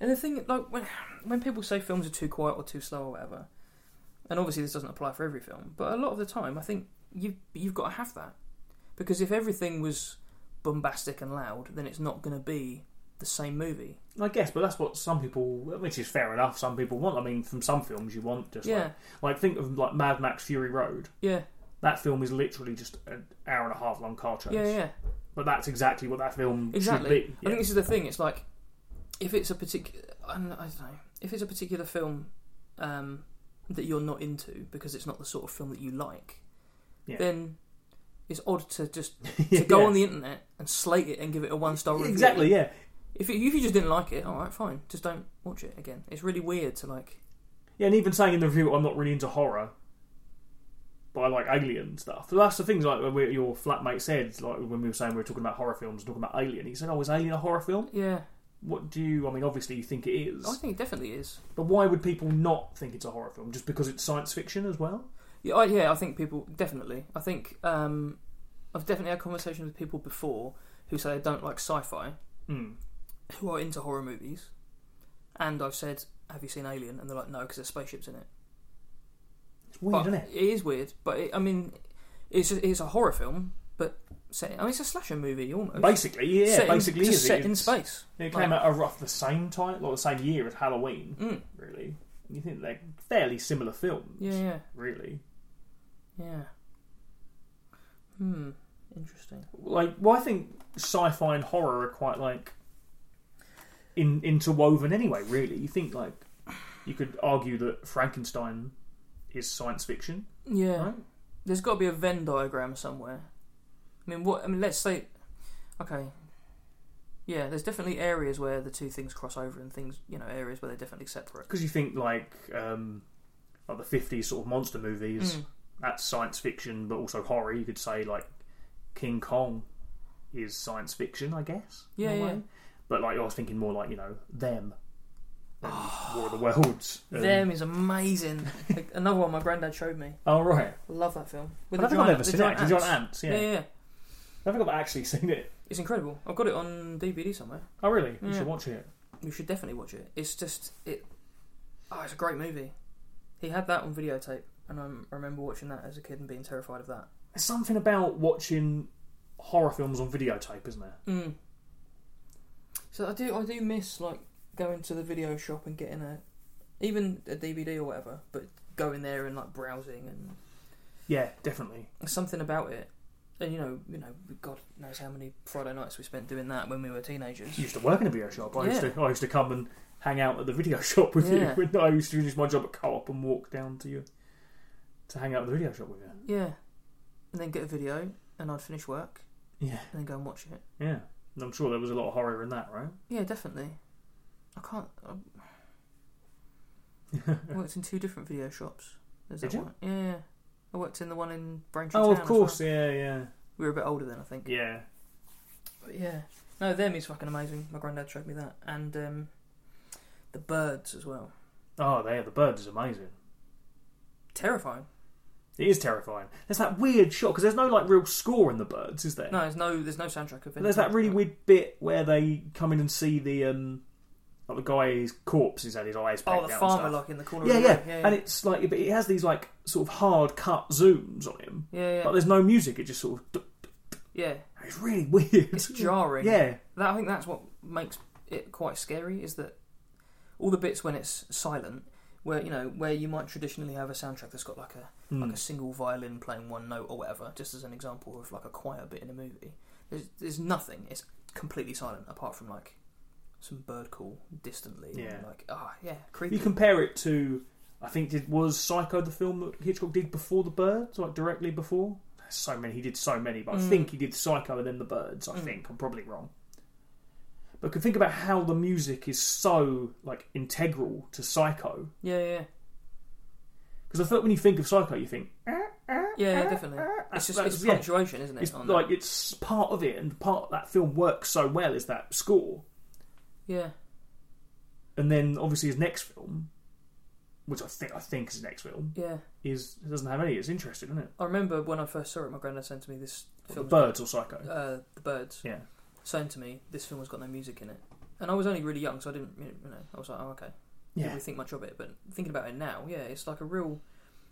and the thing like when when people say films are too quiet or too slow or whatever and obviously this doesn't apply for every film but a lot of the time I think you you've got to have that because if everything was bombastic and loud then it's not going to be the same movie
I guess, but that's what some people, which is fair enough. Some people want. I mean, from some films, you want just
yeah
like, like think of like Mad Max Fury Road.
yeah
That film is literally just an hour and a half long car chase.
yeah yeah
But that's exactly what that film
Exactly.
should be.
I think this is the thing. It's like if it's a particular, I don't know, if it's a particular film um, that you're not into because it's not the sort of film that you like,
Yeah.
then it's odd to
*laughs*
just
Yeah.
to go on the internet and slate it and give it a one star review.
Exactly, yeah.
If you, if you just didn't like it, all right, fine, just don't watch it again. It's really weird to like.
Yeah, and even saying in the review, I'm not really into horror, but I like alien stuff. So that's the things like when we- your flatmate said, like when we were saying we were talking about horror films, talking about Alien. He said, "Oh, is Alien a horror film?
Yeah,
What do you? I mean, obviously you think it is,
I think it definitely is.
but why would people not think it's a horror film just because it's science fiction as well?
Yeah, I, yeah, I think people definitely. I think um, I've definitely had conversations with people before who say they don't like sci-fi,
Hmm.
who are into horror movies, and I've said, "Have you seen Alien?" and they're like, "No, because there's spaceships in it."
It's weird,
But
isn't it?
It is weird, but it, I mean, it's just, it's a horror film, but set, I mean, it's a slasher movie almost.
Basically, yeah,
set in-
basically
just
is
set
it?
in
It's-
space.
It came
Like-
out out rough the same time, like the same year as Halloween,
Mm.
really. And you think they're fairly similar films,
Yeah, yeah,
really.
yeah. Hmm. Interesting.
Like, well, I think sci-fi and horror are quite like in interwoven anyway. Really, you think like you could argue that Frankenstein is science fiction,
Yeah.
right?
There's got to be a Venn diagram somewhere. I mean, what? I mean, let's say, okay, yeah. There's definitely areas where the two things cross over, and things, you know, areas where they're definitely separate.
Because you think like um, like the fifties sort of monster movies.
Mm.
That's science fiction, but also horror. You could say like King Kong is science fiction, I guess. in
Yeah,
a
yeah.
way. But like I was thinking more like you know them, and War of the Worlds. um, and-
Ah. Them is amazing. *laughs* Like, Another one my granddad showed me.
Oh right.
Love that film.
I
With
don't
the
think I've
giant-
ever
the
seen it. actually. Giant
ants.
ants.
Yeah. yeah, yeah.
I don't think I've actually *laughs* seen it.
It's incredible. I've got it on DVD somewhere.
Oh, really? You
Yeah.
should watch it.
You should definitely watch it. It's just it. Oh, it's a great movie. He had that on videotape, and I'm- I remember watching that as a kid and being terrified of that.
There's something about watching horror films on videotape, isn't there?
Mm. So I do, I do miss like going to the video shop and getting a, even a DVD or whatever, but going there and like browsing and
Yeah, definitely.
There's something about it, and you know, you know, God knows how many Friday nights we spent doing that when we were teenagers.
You used to work in a video shop. I used
Yeah.
to I used to come and hang out at the video *laughs* shop with
Yeah.
you. I used to use my job at co-op and walk down to you to hang out at the video shop with you.
Yeah, and then get a video, and I'd finish work,
Yeah,
and then go and watch it.
yeah. And I'm sure there was a lot of horror in that, right?
Yeah, definitely. I can't.
*laughs*
I *laughs* worked in two different video shops. There's
Did
that
you?
One. Yeah, yeah. I worked in the one in Braintree.
oh,
Town
of
as
course.
well.
Yeah, yeah,
We were a bit older then, I think.
yeah.
But yeah, no, them is fucking amazing. My granddad showed me that, and um, the birds as well.
Oh, they the birds is amazing.
Terrifying.
It is terrifying. There's that weird shot because there's no like real score in the birds, is there?
No, there's no, there's no soundtrack of it.
And there's that really weird bit where they come in and see the um, like the guy's corpse. He's had his eyes.
Oh,
pegged
the
out and
farmer
stuff.
like in the corner.
Yeah,
of the
yeah,
room. yeah,
and it's like, but it has these like sort of hard cut zooms on him,
yeah, yeah,
but there's no music. It just sort of
yeah.
it's really *laughs* weird.
It's jarring.
Yeah,
that, I think that's what makes it quite scary. Is that all the bits when it's silent, where you know, where you might traditionally have a soundtrack that's got like a like a
Mm.
single violin playing one note or whatever, just as an example of like a choir bit in a movie. There's, there's nothing. It's completely silent apart from like some bird call distantly. and,
Yeah.
like ah yeah,
you
creepy.
compare it to, I think it was Psycho, the film that Hitchcock did before The Birds, like directly before. There's so many he did, so many, but I
Mm.
think he did Psycho and then The Birds. I
Mm.
think I'm probably wrong, but could think about how the music is so like integral to Psycho.
yeah, yeah,
Because I thought when you think of Psycho, you think
yeah, yeah, definitely. It's just
that's-
it's
yeah.
punctuation, isn't it?
It's
on that?
like it's part of it, and part of that film works so well is that score.
yeah,
And then obviously his next film, which I think I think is his next film,
yeah.
is it doesn't have any. It's interesting, isn't it?
I remember when I first saw it, my granddad saying to me, "This
the
film,
Birds or Psycho.
uh, the birds."
yeah,
Saying to me, "This film has got no music in it," and I was only really young, so I didn't, you know, I was like, "Oh, okay." yeah.
yeah,
really think much of it. But thinking about it now, yeah, it's like a real,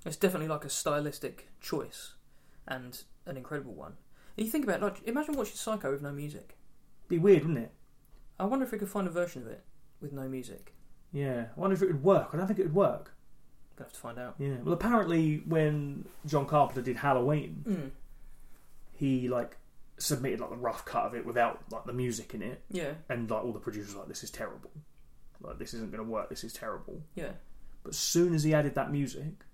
it's definitely like a stylistic choice, and an incredible one. You think about it, like imagine watching Psycho with no music.
be weird, wouldn't it?
I wonder if we could find a version of it with no music.
Yeah, I wonder if it would work. I don't think it would work.
Gonna have to find out.
Yeah. Well, apparently when John Carpenter did Halloween,
Mm.
he like submitted like the rough cut of it without like the music in it,
Yeah,
and like all the producers were like this is terrible, like this isn't going to work. This is terrible.
yeah.
But as soon as he added that music,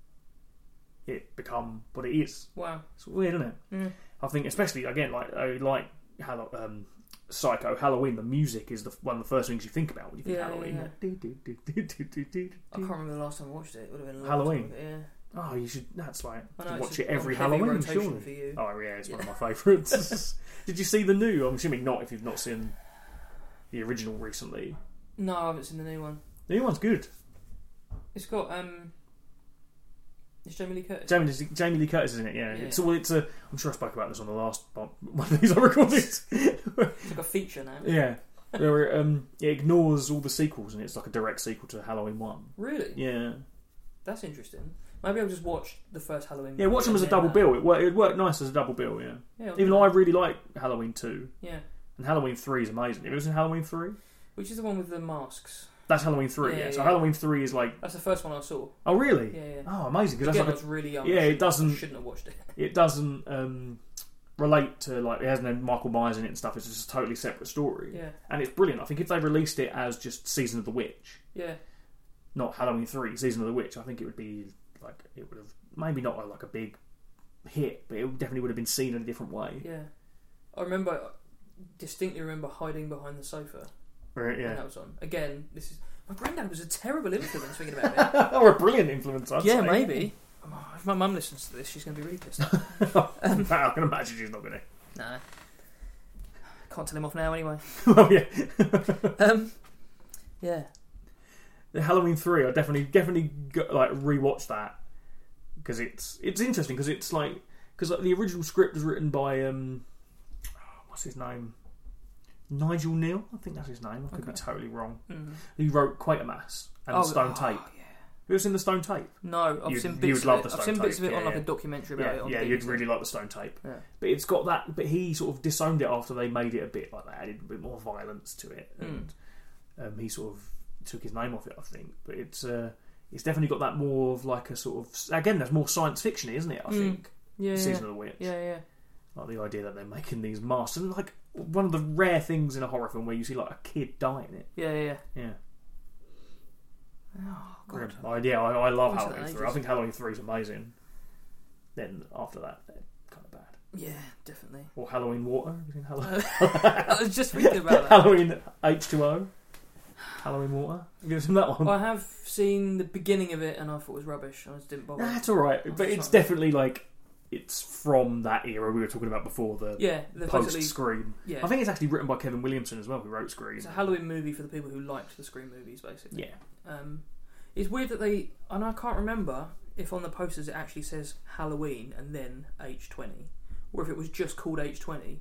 it become what it is.
Wow.
It's weird, isn't it?
Mm.
I think, especially again, like I like Hall- um, Psycho Halloween. The music is the one of the first things you think about when you think
Yeah,
Halloween.
yeah, yeah.
Do, do, do, do, do, do, do,
I can't
do.
remember the last time I watched it. It would have been a long
Halloween.
time ago, Yeah.
Oh, you should. That's like
I know,
watch
it's
it
on
every
heavy
Halloween,
rotation
surely.
for you.
Oh yeah, it's one of my
*laughs*
favourites. Did you see the new? I'm assuming not. If you've not seen the original recently,
No, I haven't seen the new one.
the new one's good.
It's got um. It's Jamie Lee Curtis.
Jamie, Jamie Lee Curtis is in it. Yeah.
Yeah.
It's all. It's a. I'm sure I spoke about this on the last *laughs* one of these I recorded. *laughs*
It's like a feature now.
Yeah. Where it, um, it ignores all the sequels and it's like a direct sequel to Halloween 1.
Really?
Yeah.
That's interesting. Maybe I'll just watch the first Halloween.
Yeah, watch them as a
and then
double
that.
bill. It worked, it worked nice as a double bill, yeah.
Yeah, I'll
Even
do
though I
that.
really like Halloween 2,
Yeah.
and Halloween 3 is amazing. If it was in Halloween 3,
Which is the one with the masks?
that's Halloween 3, yeah.
Yeah,
So
yeah.
Halloween 3 is like,
That's the first one I saw.
oh, really?
Yeah, yeah.
Oh, amazing. Because
Again, I
that's
was really young.
yeah,
I
it
shouldn't-
doesn't-
I shouldn't have watched it. *laughs*
like, a, it doesn't um, relate to, like, it has no Michael Myers in it and stuff. It's just a totally separate story.
Yeah,
And it's brilliant. I think if they released it as just Season of the Witch,
yeah,
not Halloween three, Season of the Witch, I think it would be like it would have maybe not like a big hit, but it definitely would have been seen in a different way.
yeah. I remember, I distinctly remember hiding behind the sofa
Right,
when that
yeah.
was on. Again, this is my granddad was a terrible influence. thinking about
*laughs* or a brilliant influence, *laughs* I'd
it. yeah,
say.
maybe. Oh, if my mum listens to this, she's going to be really pissed. *laughs* off.
*laughs* I can imagine she's not gonna. *laughs*
nah, can't tell him off now anyway.
well, yeah,
Um, yeah,
the Halloween three, I definitely definitely go, like rewatch that because it's it's interesting because it's like because the original script was written by um what's his name Nigel Neal, I think that's his name. I could be
Okay.
totally wrong.
mm.
He wrote Quatermass and
Oh,
Stone
oh,
Tape.
yeah.
Who was in the Stone Tape?
No, I've
You'd-
seen
you
bits.
would love
of
the
it.
Stone
I've seen bits
Tape,
of it
yeah,
on like
yeah.
a documentary about it.
Yeah,
On
yeah
BBC.
you'd really like the Stone Tape.
Yeah.
But it's got that. But he sort of disowned it after they made it a bit like they added a bit more
Hmm.
violence to it, and um, he sort of took his name off it. I think, but it's uh, it's definitely got that more of like a sort of again, that's more science fiction, isn't it? I
Mm.
think
Yeah, yeah,
Season of the Witch,
yeah, yeah.
like the idea that they're making these masks, and like one of the rare things in a horror film where you see like a kid die in it.
yeah, yeah.
Yeah,
Oh
Grim.
god,
I, yeah, I, I love
What's
Halloween
that,
three. I think Halloween three is amazing. Then after that, they're kind of bad.
yeah,
*laughs*
definitely. *laughs*
Or Halloween water. have you seen Halloween-
I was just thinking about that.
Halloween H two O. Halloween water. Have you ever seen that one?
I have seen the beginning of it and I thought it was rubbish. I just didn't bother.
That's all right,
Oh. That's
but it's
fine.
definitely like it's from that era we were talking about before the
yeah, the
post
basically
Scream.
yeah.
I think it's actually written by Kevin Williamson as well, who wrote Scream.
it's a Halloween movie for the people who liked the Scream movies, basically.
Yeah,
Um, it's weird that they and I can't remember if on the posters it actually says Halloween and then H twenty, or if it was just called H twenty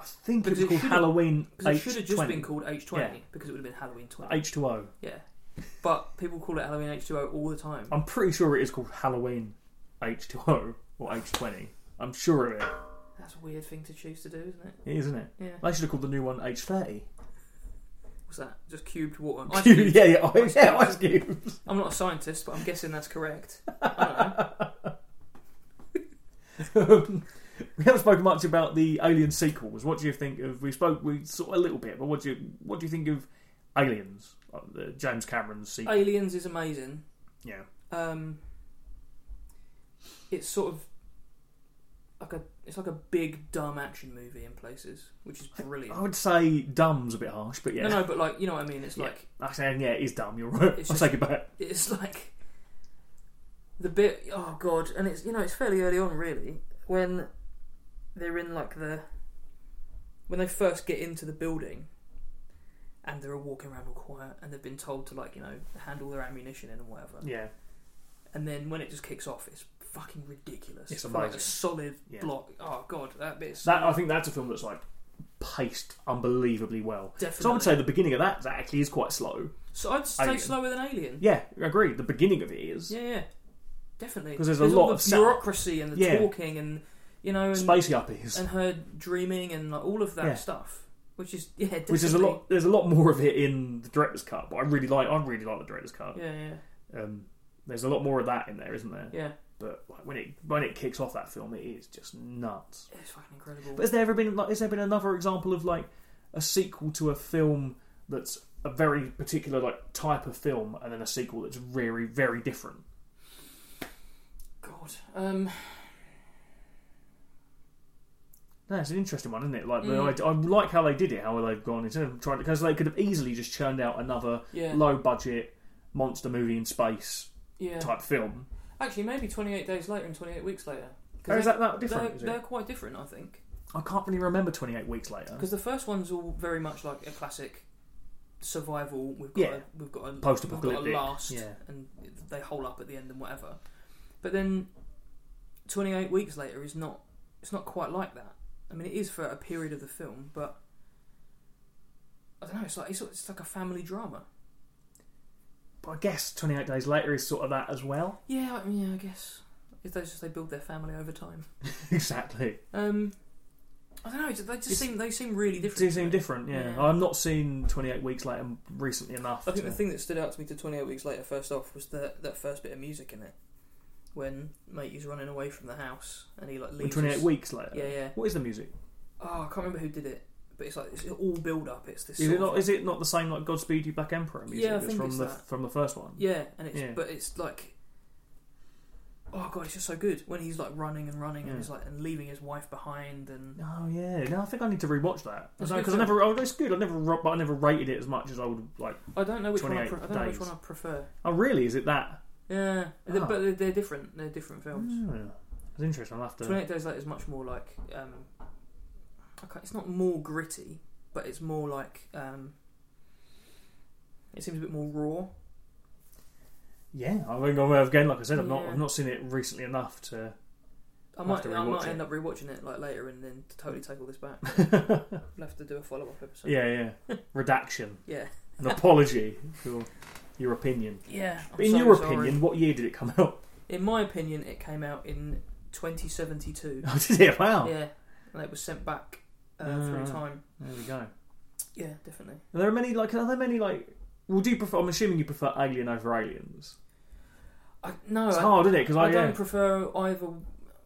I think
Because
it
it
was called
should've-
Halloween
because it should have
H
just been
twenty.
called H twenty because it would have been Halloween twenty.
H two O.
Yeah, but people call it Halloween H two O all the time.
I'm pretty sure it is called Halloween H two O or H twenty. I'm sure of it.
That's a weird thing to choose to do, isn't it?
It is, isn't it?
Yeah.
They should have called the new one H thirty.
What's that? Just cubed water.
*laughs*
and ice cubes.
Yeah, yeah, ice- yeah, ice cube.
I'm not a scientist, but I'm guessing that's correct. I don't know.
*laughs* Um, *laughs* we haven't spoken much about the Alien sequels. What do you think of? We spoke we sort of a little bit, but what do you what do you think of Aliens? Like the James Cameron's sequel.
Aliens is amazing.
yeah,
Um, it's sort of like a it's like a big dumb action movie in places, which is brilliant.
I would say dumb's a bit harsh, but Oh, yeah,
No, no, but like you know what I mean. It's
Yeah.
like
I say yeah, it is dumb. You're right. *laughs*
It's
I'll
just-
take it back.
it's like the bit. Oh god, and it's you know it's fairly early on really when they're in like the when they first get into the building and they're all walking around all quiet and they've been told to like you know handle their ammunition in and whatever.
Yeah,
and then when it just kicks off, it's fucking ridiculous.
It's
For, like a
amazing.
solid
Yeah.
block. Oh god, that bit. Is
that I think that's a film that's like paced unbelievably well.
definitely.
So I would say the beginning of that actually is quite slow.
So I'd say
Alien.
slower than Alien.
Yeah, agreed. The beginning of it is.
Yeah, yeah, definitely.
'Cause there's a lot
all the
of setup.
bureaucracy and the
Yeah.
talking and you know and,
Space yuppies.
and her dreaming and like, all of that
Yeah.
stuff, which is yeah, definitely.
which is a lot. There's a lot more of it in the director's cut, but I really like. I really like the director's cut.
Yeah, yeah,
Um, there's a lot more of that in there, isn't there?
yeah.
But like, when it when it kicks off that film, it is just nuts.
It's fucking incredible.
But has there ever been like has there been another example of like a sequel to a film that's a very particular like type of film, and then a sequel that's very very different?
God, um,
No, it's an interesting one, isn't it? Like the
Mm.
idea- I like how they did it, how they've gone instead of trying because they could have easily just churned out another
yeah,
low budget monster movie in space
yeah.
type film.
Actually, maybe 28 days later and 28 weeks later. 'Cause
Or is
they-
that that different?
They're,
is it?
they're quite different, I think.
I can't really remember 28 weeks later.
Because the first one's all very much like a classic survival. We've got
Yeah.
a, we've got a
Post-apocalyptic.
we've got a last,
Yeah.
and they hole up at the end and whatever. But then, twenty eight weeks later is not. It's not quite like that. I mean, it is for a period of the film, but I don't know. It's like it's, it's like a family drama.
But I guess 28 days later is sort of that as
*laughs*
well.
Yeah, I mean, yeah, I guess. If they just they build their family over time.
exactly.
Um, I don't know. They just
It's-
seem they seem really different.
Do
to
seem
me.
different, yeah.
Yeah.
I'm not seeing 28 weeks later recently enough.
I think
to-
the thing that stood out to me to 28 Weeks Later, first off, was that that first bit of music in it. When mate is running away from the house and he like
We're
leaves.
28
his-
weeks later.
Yeah, yeah.
What is the music?
Oh, I can't remember who did it, but it's like it's all build up. It's this.
Is
sort
it not?
of-
Is it not the same like Godspeed You Black Emperor music
Yeah, I
that's
think
from
it's
the
that.
from the first one?
Yeah, and it's
Yeah.
but it's like. Oh god, it's just so good when he's like running and running
Yeah.
and he's like and leaving his wife behind and
Oh yeah. No, I think I need to rewatch that
It's
because
good
I
film.
never. Oh, it's good. I never, ro- but I never rated it as much as I would like.
I don't know which one I,
28
pre- I don't know which
days.
one I prefer.
Oh really? Is it that?
Yeah, they're-
Ah.
but they're, they're different. They're different films.
Hmm. It's interesting. I'll have to.
28 Days Later is much more like. Um, I can't- it's not more gritty, but it's more like. Um, it seems a bit more raw.
Yeah, I think I'm again. Like I said, I've not
Yeah.
I've not seen it recently enough to.
I
I'll
might,
have to
I
rewatch
might
it.
end up rewatching it like later and then totally take all this back. We'll have to do a follow up episode.
yeah, yeah. Redaction,
Yeah.
an apology for your opinion.
Yeah. I'm
But in
so
your
sorry.
opinion, what year did it come out? *laughs*
In my opinion, it came out in 2072.
*laughs* Oh, did it? Wow.
Yeah. And it was sent back uh,
Ah,
through
right.
time.
There we go.
Yeah, definitely.
Are there many like? Are there many like Well, do you prefer? I'm assuming you prefer Alien over Aliens.
I, no,
It's
I,
hard, isn't it? Because
I
I,
don't
yeah.
prefer either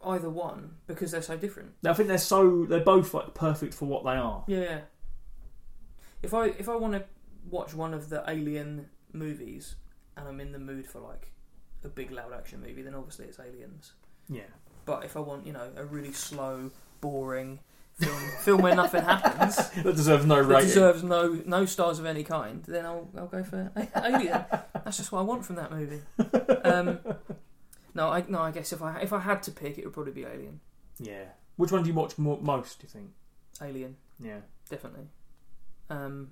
either one because they're so different.
I think they're so they're both like perfect for what they are.
Yeah. If I if I want to watch one of the Alien movies and I'm in the mood for like a big loud action movie, then obviously it's Aliens.
Yeah.
But if I want you know a really slow, boring film
*laughs*
film where nothing happens.
That deserves no
That
rating.
deserves no no stars of any kind. Then I'll I'll go for Alien. That's just what I want from that movie. Um, no, I no, I guess if I if I had to pick, it would probably be Alien.
yeah. Which one do you watch more, most? Do you think?
Alien.
Yeah.
definitely. Um,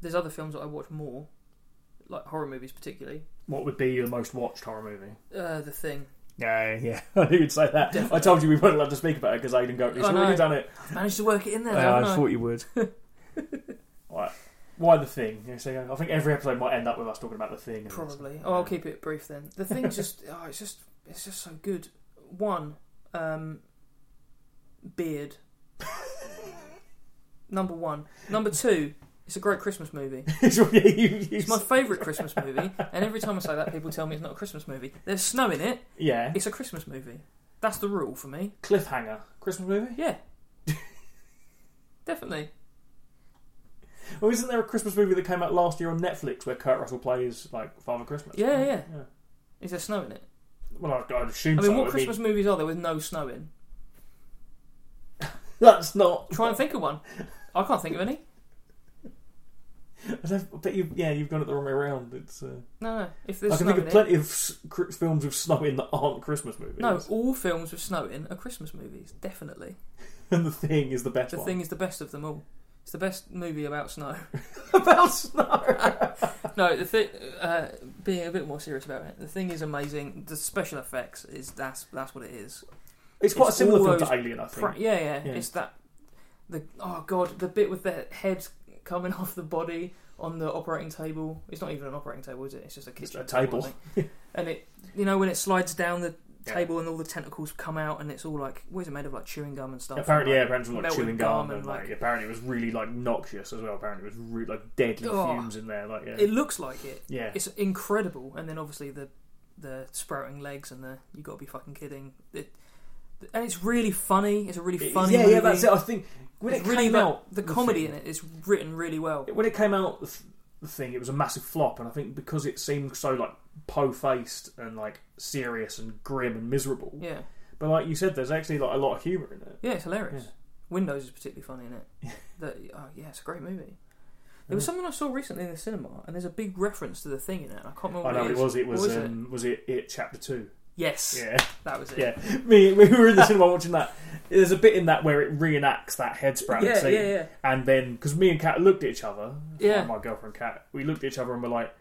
there's other films that I watch more, like horror movies particularly.
What would be your most watched horror movie?
Uh, the Thing.
Yeah, yeah. *laughs* I knew you'd say that. I told you we weren't allowed to speak about it because Aidan Goatley's
I know.
already done it.
I've managed to work it in there.
Yeah,
haven't I? *laughs*
you would. right. Why the thing? You see, I think every episode might end up with us talking about the thing. and it's-
Probably. Oh, I'll keep it brief then. The Thing's just oh, it's just it's just so good. One, um, beard. Number one. Number two. It's a great Christmas movie.
*laughs* it's, yeah, you- you-
It's my favourite Christmas movie, and every time I say that, people tell me it's not a Christmas movie. There's snow in it.
yeah.
It's a Christmas movie. That's the rule for me.
Cliffhanger. Christmas movie?
Yeah. Definitely.
Well, isn't there a Christmas movie that came out last year on Netflix where Kurt Russell plays like Father Christmas?
Yeah, yeah.
yeah.
Is there snow in it?
Well, I'd, I'd assume
I mean,
so.
what
It'd be-
Christmas movies are there with no snow in?
*laughs* That's not.
Try and think of one. I can't think of any.
*laughs* I don't- But you, yeah, you've gone it the wrong way around. It's. Uh,
No, no. If
I
there's snow
can think
in
of
it.
plenty of s- cr- films with snow in that aren't Christmas movies.
no, all films with snow in are Christmas movies. Definitely.
*laughs* and the thing is the best
The
one.
thing is the best of them all. It's the best movie about snow.
*laughs*
*laughs*
about snow.
no, the thing. Uh, being a bit more serious about it, the thing is amazing. The special effects is that's that's what it is.
It's quite
It's
a similar
all
film to
those
Alien, I think.
Pra- yeah, yeah,
Yeah.
It's that. The oh god, the bit with the head coming *laughs* off the body on the operating table. It's not even an operating table, is it? It's just a kitchen
a table.
I
*laughs*
think. and it, you know, when it slides down the
Yeah.
table and all the tentacles come out, and it's all like, what is it made of? Like chewing gum and stuff.
Apparently, yeah,
Like,
apparently it was like
melted
chewing gum,
gum
and
and,
like,
like-
apparently it was really like noxious as well. Apparently it was really like deadly
Oh.
fumes in there. Like yeah,
It looks like it.
yeah.
It's incredible, and then obviously the the sprouting legs and the you got to be fucking kidding. It, and it's really funny. It's a really
It-
funny.
yeah, yeah,
movie.
that's it. I think when
It's
it
really
came
well-
out,
the comedy in it is written really well.
when it came out, the, th- the thing it was a massive flop, and I think because it seemed so like po-faced and like serious and grim and miserable.
Yeah,
But like you said, there's actually like a lot of humour in it.
yeah, it's hilarious.
Yeah.
Windows is particularly funny in
*laughs*
it. that, oh, yeah, it's a great movie. There was
Yeah.
something I saw recently in the cinema, and there's a big reference to the thing in it. and I can't remember.
I
What
know
Oh, it
what
is.
Oh, it was. It was
What was
um, was it it chapter two?
Yes,
Yeah. *laughs*
that was it.
Yeah, me. We were in the cinema watching that. There's a bit in that where it reenacts that head sprout
yeah, yeah,
scene,
yeah.
and then because me and Kat looked at each other,
Yeah.
my girlfriend Kat, we looked at each other and we're like,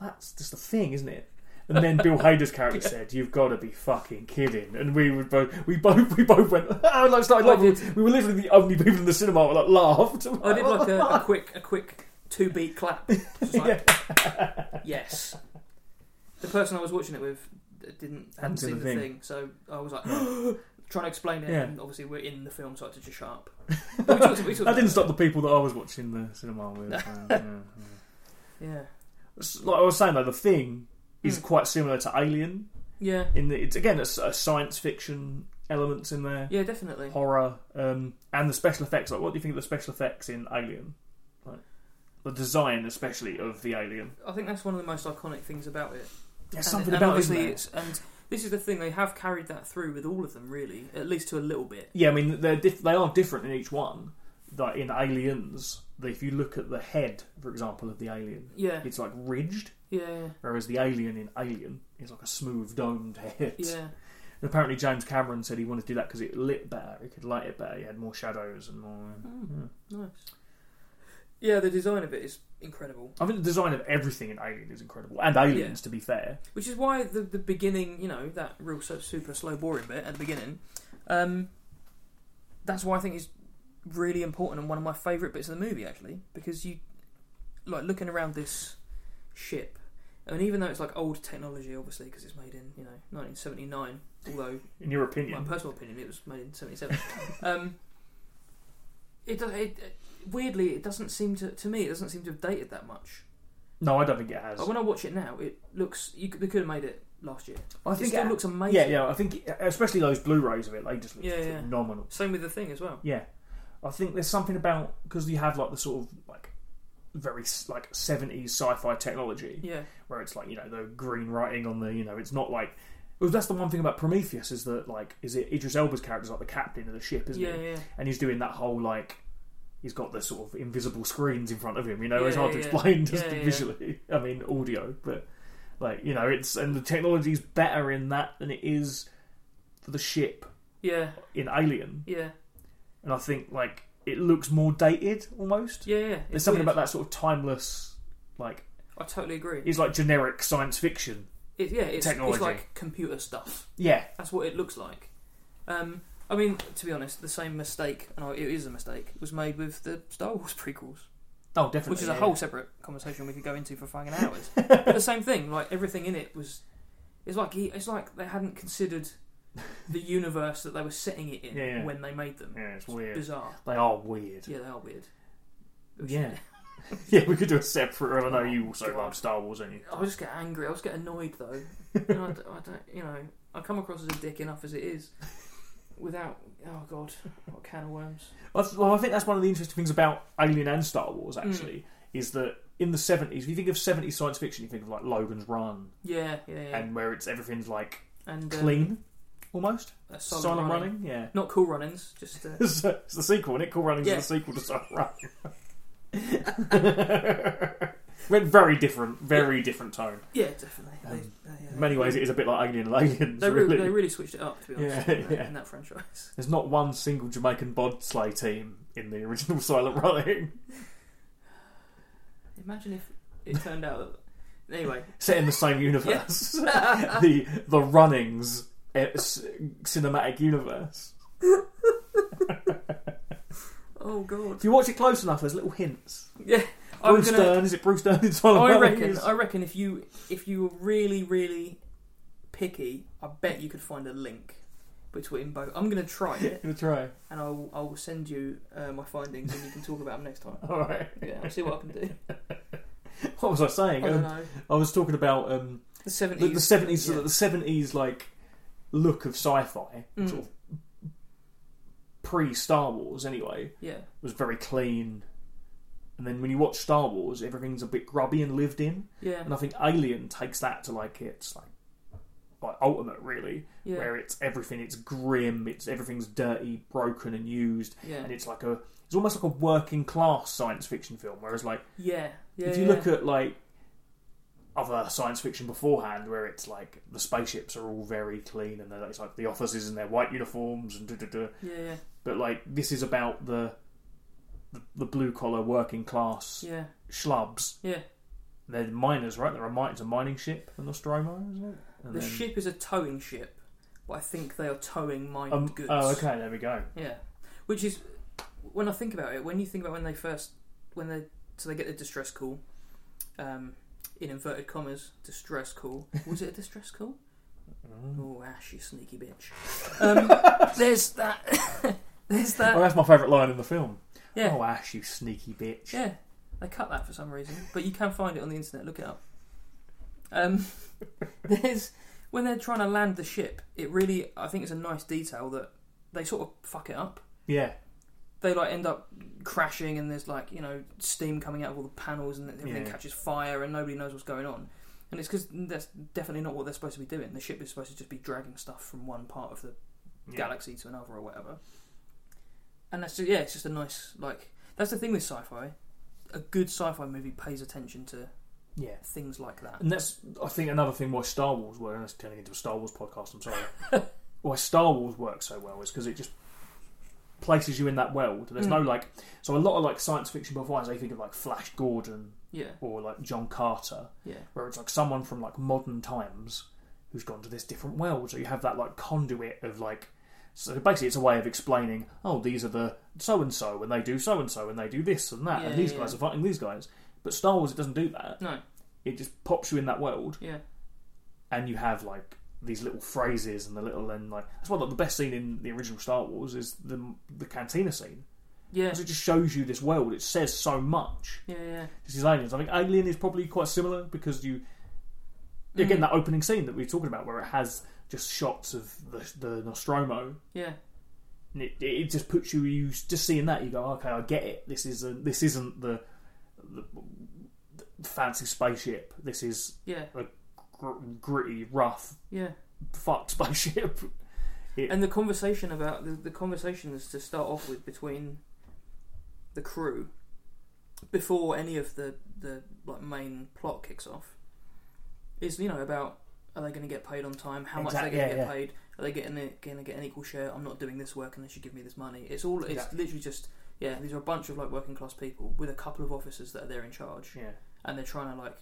"That's just a thing, isn't it?" And then
*laughs*
Bill Hader's character said, "You've got to be fucking kidding!" And we would both, we both, we both went, *laughs* "Ah!" like started
I
laughing. We were literally the only people in the cinema that laughed.
I did
*laughs*
like a, a quick, a quick two beat clap. Just like, Yes. The person I was watching it with didn't hadn't seen the thing. so I was like *gasps* trying to explain it.
Yeah.
And obviously, we're in the film, so I had to just shut up. But we talked, we talked
That
about
didn't stop the people that I was watching the cinema with.
No.
Uh, yeah, yeah.
it. Yeah,
S- Like I was saying, though, the thing is
Mm.
quite similar to Alien.
yeah,
in the, it's again it's uh, science fiction elements in there
yeah, definitely.
horror um, and the special effects like what do you think of the special effects in alien like the design especially of the alien
I think that's one of the most iconic things about it.
there's
And-
something
and
about it, isn't
obviously
there?
it's and this is the thing they have carried that through with all of them, really, at least to a little bit.
yeah i mean they're diff- they are different in each one like in aliens the- if you look at the head for example of the alien
Yeah,
it's like ridged
yeah,
whereas the alien in alien is like a smooth domed head
yeah,
and apparently james cameron said he wanted to do that because it lit better it could light it better you had more shadows and more
Mm.
yeah.
nice. Yeah, the design of it is incredible.
I think the design of everything in Alien is incredible, and Aliens, to be fair.
Which is why the, the beginning, you know, that real so, super slow boring bit at the beginning, um, that's why I think it's really important and one of my favourite bits of the movie actually, because you like looking around this ship, and even though it's like old technology, obviously, because it's made in you know 1979, although
In your
in my
opinion,
personal opinion, it was made in '77. *laughs* um, uh, it, does- it it- weirdly it doesn't seem to to me it doesn't seem to have dated that much.
No, I don't think it has.
But when I watch it now, it looks. You, could- they could have made it last year.
I
it still
it-
looks amazing.
Yeah, yeah. I think especially those Blu-rays of it, they just look
Yeah, yeah.
phenomenal.
Same with the thing as well.
Yeah, I think there's something about because you have like the sort of like very s- like 70s sci-fi technology
Yeah,
where it's like you know the green writing on the you know it's not like well, that's the one thing about Prometheus is that like is it Idris Elba's character's like the captain of the ship, isn't
yeah,
he?
yeah.
And he's doing that whole like he's got the sort of invisible screens in front of him. You know,
Yeah,
it's hard
yeah,
to
yeah.
explain *laughs* just
Yeah, yeah, yeah.
visually. I mean, audio, but like you know, it's and the technology's better in that than it is for the ship
Yeah,
in Alien.
yeah,
And I think like it looks more dated almost.
yeah, yeah.
There's
It's
something
weird.
about that sort of timeless, like
I totally agree.
it's like generic science fiction.
It, yeah, it's,
Technology.
it's like computer stuff.
Yeah,
That's what it looks like. Um, I mean, to be honest, the same mistake, and I- it is a mistake, was made with the Star Wars *laughs* prequels,
oh, definitely.
which is a
yeah.
whole separate conversation we could go into for
*laughs*
fucking hours. but the same thing, like everything in it was, it's like he, it's like they hadn't considered
*laughs*
the universe that they were setting it in
Yeah, yeah.
when they made them.
Yeah, it's weird.
Bizarre.
They are weird.
Yeah, they are weird.
Yeah. *laughs* yeah, we could do a separate. I know you also
Oh, God.
love Star Wars, don't you?
I just get angry. I just get annoyed though. *laughs* you know, I, d- I don't. You know, I come across as a dick enough as it is, without. Oh god, what a can of worms.
I th- Well, I think that's one of the interesting things about Alien and Star Wars,
Hmm.
actually, is that in the 70s, if you think of 70s science fiction, you think of like Logan's Run
Yeah, yeah, yeah.
and where it's everything's like
and uh,
clean, almost.
uh, solid
Silent, running. yeah. *laughs*
Not cool runnings, just uh,
it's the it's the sequel, and it? Cool Runnings
Yeah.
is the sequel to Silent
*laughs*
Running. *laughs* Went very different, very different tone.
yeah, definitely. They-
Um,
they, uh,
In many ways, it is a bit like Alien and Aliens,
they
really.
really, they really switched it up to be honest.
Yeah,
in, that,
yeah.
in that franchise.
There's not one single Jamaican bobsleigh team in the original *laughs* Silent Running.
Imagine if it turned out. That, anyway,
set in the same
*laughs*
universe. *laughs* the the Runnings eh, s- cinematic universe.
oh god.
If you watch it close enough, there's little hints.
Yeah, I was
Bruce
gonna.
Dern is it Bruce Dern in Silent
I
Running?
reckon. I reckon if you if you were really really picky, I bet you could find a link between both. I'm going to try it,
gonna try.
and I'll I'll send you uh, my findings, and you can talk about them next time.
All right.
Yeah, I'll see what I can do.
*laughs* What was I
I
saying?
don't
Um,
know.
I was talking about um,
The
the,
seventies.
the 70s,
Yeah.
the 70s like look of sci-fi,
Mm.
sort of pre Star Wars anyway,
yeah,
was very clean. And then when you watch Star Wars, everything's a bit grubby and lived in.
yeah,
And I think Alien takes that to like its like like ultimate really,
yeah,
where it's everything it's grim, it's everything's dirty, broken and used,
yeah,
and it's like a it's almost like a working class science fiction film. Whereas like
yeah, yeah.
if you
yeah.
look at like other science fiction beforehand, where it's like the spaceships are all very clean and they're it's like the officers in their white uniforms and da da da.
yeah, yeah,
But like this is about the the, the blue collar working class
yeah,
schlubs
yeah.
they're miners, right? They're a mine. It's a mining ship, the Nostromo, isn't it? And
The
then-
ship is a towing ship, but I think they are towing mined
Um,
goods.
oh, okay. There we go.
Yeah, which is when I think about it. When you think about when they first, when they so they get the distress call, um, in inverted commas, distress call. Was it a distress call?
Mm.
Oh, Ash, you sneaky bitch. Um, *laughs* there's that. *laughs* there's
Oh,
that.
that's my favourite line in the film.
Yeah,
Oh, Ash, you sneaky bitch.
yeah. They cut that for some reason, but you can find it on the internet. Look it up. Um, *laughs* there's when they're trying to land the ship. It really, I think, it's a nice detail that they sort of fuck it up.
Yeah.
they like end up crashing and there's like you know steam coming out of all the panels and everything
Yeah.
catches fire and nobody knows what's going on and it's because that's definitely not what they're supposed to be doing the ship is supposed to just be dragging stuff from one part of the
Yeah.
galaxy to another or whatever and that's just, yeah it's just a nice like that's the thing with sci-fi a good sci-fi movie pays attention to
Yeah.
things like that
And that's, I think, another thing why Star Wars works. And that's turning into a Star Wars podcast. I'm sorry.
*laughs*
why Star Wars works so well is because it just places you in that world. There's no
Mm.
like. So a lot of like science fiction before, as they think of like Flash Gordon
yeah
or like John Carter,
yeah
where it's like someone from like modern times who's gone to this different world. So you have that like conduit of like. So basically, it's a way of explaining. Oh, these are the so and so, and they do so and so, and they do this and that,
Yeah,
and these
yeah.
guys are fighting these guys. But Star Wars, it doesn't do that.
no
It just pops you in that world,
yeah
and you have like these little phrases and the little and like that's why like, the best scene in the original Star Wars is the the cantina scene
Yeah.
Because it just shows you this world. It says so much.
Yeah, yeah.
This is aliens. I think Alien is probably quite similar because you again
Mm.
that opening scene that we were talking about where it has just shots of the, the Nostromo.
Yeah.
And it, it just puts you you just seeing that you go okay I get it. This is a, this isn't the, the, the fancy spaceship. This is
Yeah.
gr- gritty, rough,
Yeah.
fucked *laughs* spaceship.
And the conversation about the, the conversations to start off with between the crew before any of the the like main plot kicks off is you know about are they going to get paid on time? How much are
Exact-
they going
yeah,
to get
yeah.
paid? Are they getting a, going to get an equal share? I'm not doing this work unless you give me this money. It's all it's
Exactly.
literally just yeah. These are a bunch of like working class people with a couple of officers that are there in charge
Yeah.
and they're trying to like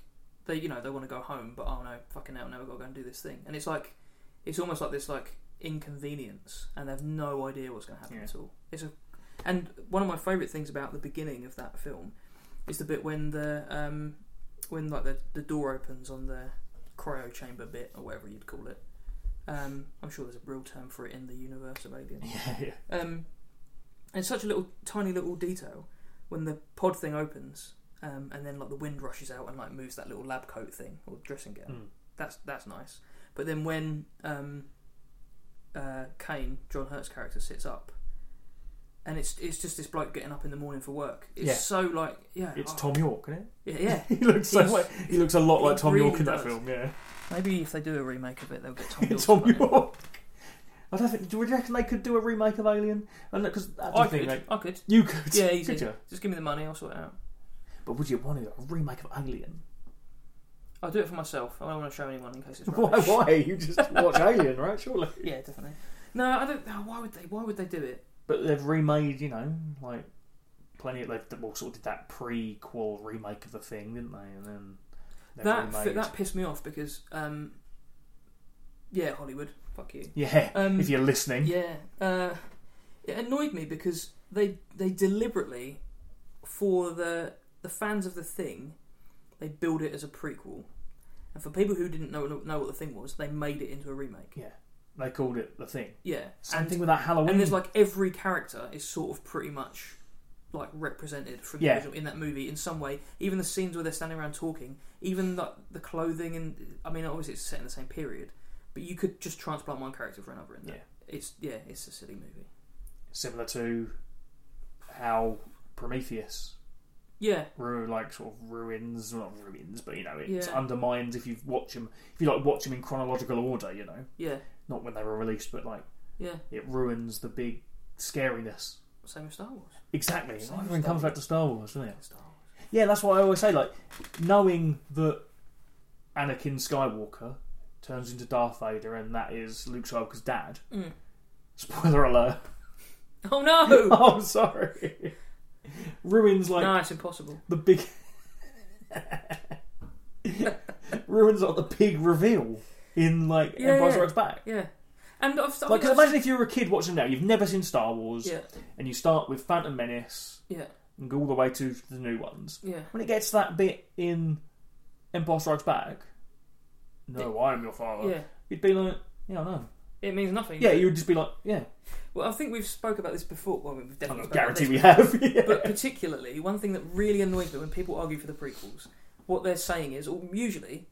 they you know they want to go home but oh no fucking hell now we've got to go and do this thing and it's like it's almost like this like inconvenience and they have no idea what's going to happen
Yeah.
at all it's a and one of my favorite things about the beginning of that film is the bit when the um when like the, the door opens on the cryo chamber bit or whatever you'd call it um i'm sure there's a real term for it in the universe of aliens
Yeah, yeah.
um, and such a little tiny little detail when the pod thing opens, um, and then like the wind rushes out and like moves that little lab coat thing or dressing gown.
Mm.
That's that's nice. But then when um, uh, Kane, John Hurt's character, sits up, and it's it's just this bloke getting up in the morning for work. It's
Yeah.
so like yeah,
*laughs* It's
oh,
Tom York, isn't *laughs*
Yeah, yeah.
it? He looks so,
He's-
like- he looks a lot
he
like Tom
really
York in that
does.
film. Yeah,
Maybe if they do a remake of it, they'll get
*laughs*
Tom York. to
Tom
play it.
York. I don't think. Do we reckon they could do a remake of Alien? Because that's
I
the thing.
could,
like-
I could.
you could.
Yeah,
could
easy.
you?
Just give me the money, I'll sort it out.
But would you want to do a remake of Alien?
I'll do it for myself. I don't want to show anyone in case
*laughs*
it's
*laughs* Why?
rubbish.
Why? You just watch Alien, right? Surely.
Yeah, definitely. No, I don't. oh, Why would they? Why would they do it?
But they've remade, you know, like plenty. Of, they well, sort of did that prequel remake of the thing, didn't they? And then they've
That fi-
remade.
that pissed me off because, um, yeah, Hollywood, fuck you.
Yeah.
Um,
if you're listening.
Yeah, uh, it annoyed me because they they deliberately, for the the fans of the thing, they build it as a prequel, and for people who didn't know know what the thing was, they made it into a remake.
They called it the thing.
Yeah,
Same thing with that Halloween.
and there's like every character is sort of pretty much like represented from the
Yeah.
original in that movie in some way. Even the scenes where they're standing around talking, even the, the clothing, and I mean, obviously it's set in the same period, but you could just transplant one character for another in there.
Yeah.
It's yeah, it's a silly movie.
similar to how Prometheus
Yeah,
ru- like sort of ruins, well, not ruins, but you know, it's
Yeah.
undermines if you watch them. If you like watch them in chronological order, you know,
yeah,
not when they were released, but like
yeah.
it ruins the big scariness.
Same with Star Wars.
Exactly,
Same
everything
Star Wars.
comes back to *laughs* Star Wars, doesn't it?
Star Wars.
Yeah, that's why I always say like knowing that Anakin Skywalker turns into Darth Vader and that is Luke Skywalker's dad.
Mm.
Spoiler alert.
Oh no!
*laughs* Oh, I'm sorry. ruins *laughs* like
no, it's impossible.
the big *laughs* ruins like the big reveal in like
Yeah,
Empire
yeah.
Strikes Back.
Yeah, and I've, I've
Like, 'cause imagine if you were a kid watching now, you've never seen Star Wars,
yeah,
and you start with Phantom Menace
yeah,
and go all the way to the new ones.
yeah.
When it gets to that bit in Empire Strikes Back, no, I am your father.
Yeah,
You'd be like, yeah, I know.
it means nothing.
Yeah, you would just be like, yeah.
Well, I think we've spoke about this before. Well, we've
I
definitely spoke about
guarantee
this
we have. *laughs* yeah.
but particularly one thing that really annoys me when people argue for the prequels what they're saying is or usually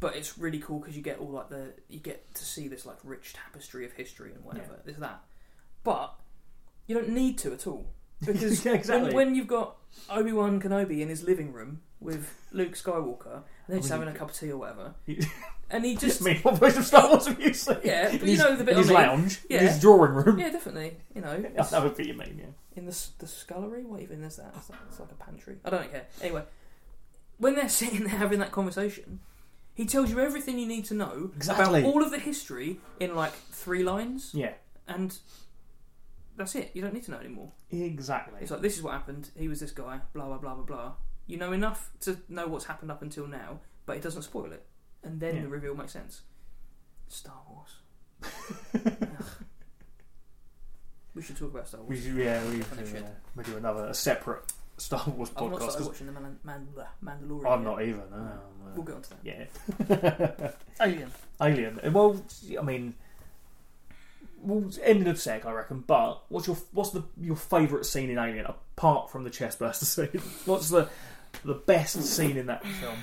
but it's really cool because you get all like the you get to see this like rich tapestry of history and whatever
Yeah.
this that but you don't need to at
*laughs*
all because
Yeah, exactly.
when, when you've got obi-wan kenobi in his living room with luke skywalker and they're just
Obviously-
having a cup of tea or whatever
*laughs* You-
and he just
I mean, what version of Star Wars *laughs* have you seen?
Yeah, but
In
you
his-
know the bit
in
I
his
mean.
lounge,
Yeah.
in his drawing room. *laughs*
yeah definitely you know
that would be your main, yeah.
in the s- the scullery. What even is that? It's like, it's like a pantry. I don't care. Anyway, when they're *laughs* sitting there having that conversation, he tells you everything you need to know
Exactly.
about all of the history in like three lines,
Yeah,
and that's it. You don't need to know anymore.
exactly.
It's like this is what happened. He was this guy. Blah blah blah blah blah. You know enough to know what's happened up until now, but it doesn't spoil it. And then
Yeah.
the reveal makes sense. Star Wars. Ugh. We should talk about Star Wars.
*laughs* we should, yeah, we
Kind of
should,
shit.
uh, we do another a separate Star Wars
I've not
podcast.
started
'cause
watching the Man- Man- Mandalorian.
I'm
yet.
not even. No,
No.
I'm, uh,
We'll get onto that.
yeah, *laughs*
Alien.
Eh, Alien. Uh, Well, I mean, Well, it's ending of sec, I reckon. But what's your what's the your favourite scene in Alien apart from the chest burster *laughs* scene? What's the the best scene in that film?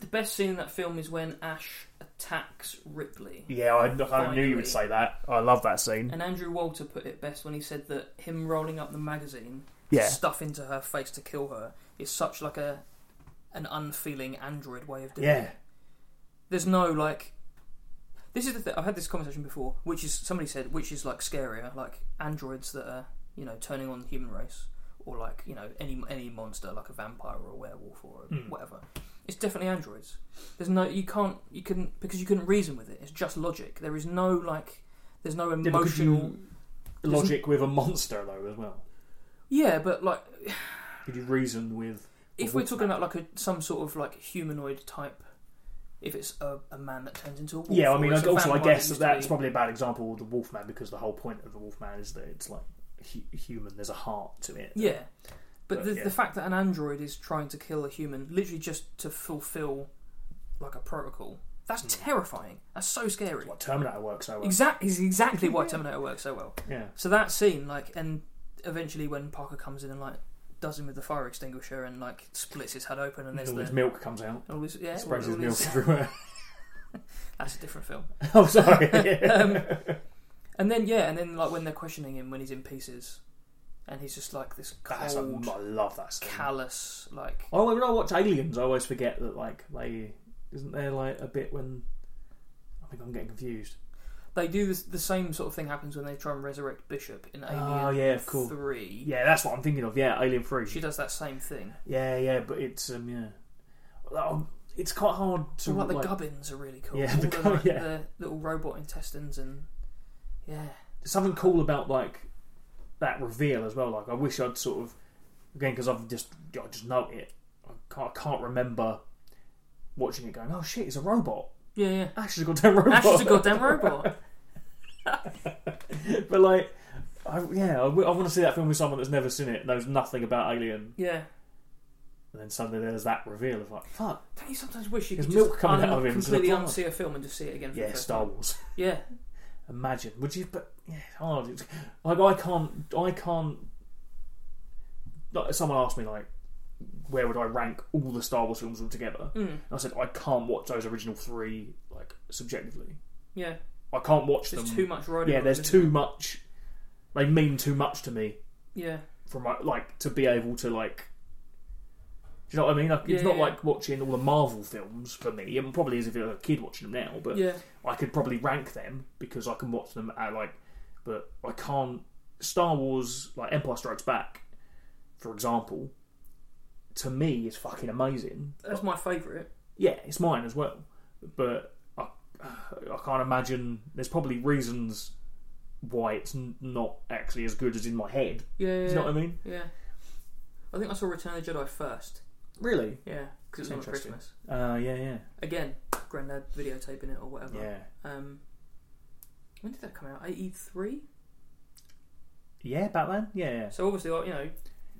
The best scene in that film is when Ash attacks Ripley.
Yeah, I, I knew you
Finally.
would say that. I love that scene.
And Andrew Walter put it best when he said that him rolling up the magazine
Yeah,
stuff into her face to kill her is such like a an unfeeling android way of doing
yeah,
it. There's no like this is the thing I've had this conversation before, which is somebody said which is like scarier, like androids that are, you know, turning on the human race or like, you know, any any monster like a vampire or a werewolf or
Hmm.
whatever. It's definitely androids. There's no you can't you couldn't because you couldn't reason with it. It's just logic. There is no like there's no
Yeah, because
emotional
you logic with a monster though as well.
Yeah, but like
Could you reason with?
if we're talking about like a some sort of like humanoid type, if it's a, a man that turns into a wolf,
Yeah, I
or
mean,
it's
I-
a
also I
vampire
guess
that used to
that that's
be-
probably a bad example of the Wolfman because the whole point of the Wolfman is that it's like hu- human. There's a heart to it.
yeah. But,
But,
the,
yeah.
the fact that an android is trying to kill a human, literally just to fulfill like a protocol, that's terrifying. That's so scary.
It's Hmm. what Terminator works so well.
Exactly, is exactly
*laughs*
why Terminator works so well.
Yeah,
So that scene, like, and eventually when Parker comes in and like does him with the fire extinguisher and like splits his head open and
and
there's
all
the
this milk comes out.
all this- yeah,
Sprays
all
his milk
this-
*laughs* everywhere.
*laughs* that's a different
*laughs*
film. *laughs*
oh, sorry.
Um, And then yeah, and then like when they're questioning him when he's in pieces, and he's just like this
That's a-
cold,
I love that scene.
callous, like
I always, Oh, when I watch Aliens, I always forget that like they isn't there like a bit when I think I'm getting confused.
they do this, the same sort of thing happens when they try and resurrect Bishop in Alien
Oh, yeah, of course.
Three.
Yeah, that's what I'm thinking of. Yeah, Alien Three.
She does that same thing.
Yeah, yeah, but it's um yeah, Oh, it's quite hard to
So like the
like,
gubbins are really cool.
Yeah,
All
the
the,
gub-
like,
yeah.
the little robot intestines and yeah,
something cool about like that reveal as well. Like I wish I'd sort of again because I've just I just know it. I can't, I can't remember watching it going. Oh shit, it's a robot.
yeah, yeah.
Ash is a goddamn robot.
Ash is a goddamn
*laughs*
robot.
but like, I, yeah, I, want to see that film with someone that's never seen it, knows nothing about Alien,
Yeah.
and then suddenly there's that reveal of like, fuck,
Don't you sometimes wish you
There's
could
milk
just
coming
un-
out of him to the
completely
floor.
unsee a film and just see it again? For the
yeah,
first
Star
time?
Wars. *laughs*
Yeah,
Imagine, would you? But yeah, it's hard. It's, like I can't, I can't. Like, someone asked me like, where would I rank all the Star Wars films all together?
mm,
And I said I can't watch those original three like subjectively.
yeah.
I can't watch
There's
them.
too much riding.
yeah,
on
there's
it,
too
isn't
much. They mean too much to me.
it? Yeah.
from my, like to be able to like do you know what I mean? Like,
Yeah,
it's not
yeah.
like watching all the Marvel films for me. It probably is if you're a kid watching them now, but
Yeah.
I could probably rank them because I can watch them at like, but I can't. Star Wars, like Empire Strikes Back, for example, to me is fucking amazing.
That's my favourite.
Yeah, it's mine as well, but I, *sighs* I can't imagine. There's probably reasons why it's n- not actually as good as in my head.
Yeah, yeah,
Do you know what I mean?
yeah. I think I saw Return of the Jedi first.
Really?
Yeah, because it's on at
Interesting.
Christmas.
Uh, yeah, yeah.
Again, Grandad videotaping it or whatever.
Yeah.
Um, when did that come out? Eighty three.
Yeah, Batman? Yeah, yeah. *laughs*
So obviously, like, you know,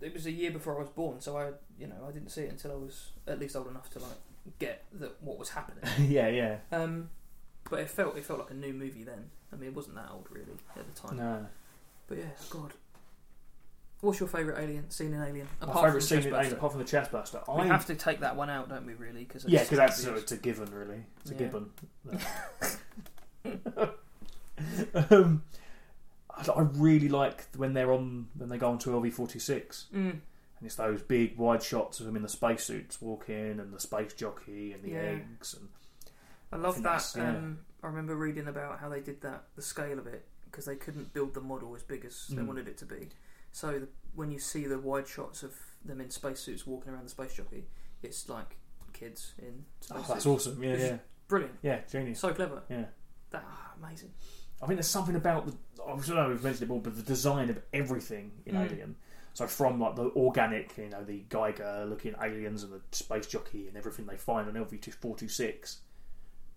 it was a year before I was born. So I, you know, I didn't see it until I was at least old enough to like get that what was
*laughs*
happening.
yeah, yeah.
Um, but it felt it felt like a new movie then. I mean, it wasn't that old really at the time.
No.
But yeah, God. What's your favourite alien scene in Alien?
My
Apart
favourite
from
scene in
Chestburster.
Alien, apart from the chest buster.
We
I,
have to take that one out, don't we? Really? Cause I
yeah,
just-
because that's uh, it's a given, really. It's
Yeah.
a gibbon.
*laughs*
um, I, I really like when they're on when they go onto LV46,
Mm,
and it's those big wide shots of them in the spacesuits walking, and the space jockey, and the
Yeah.
eggs, and
I
I
love
think
that.
that's- yeah.
Um, I remember reading about how they did that, the scale of it, because they couldn't build the model as big as they
Mm.
wanted it to be. So the, when you see the wide shots of them in spacesuits walking around the space jockey, it's like kids in
oh,
spacesuits.
that's awesome. Yeah, yeah,
Brilliant.
yeah, genius.
So clever.
Yeah.
That, ah, amazing.
I think there's something about the, I don't know we've mentioned it before, but the design of everything in
Mm.
Alien. So from like the organic, you know, the Geiger looking aliens and the space jockey and everything they find on LV four two six,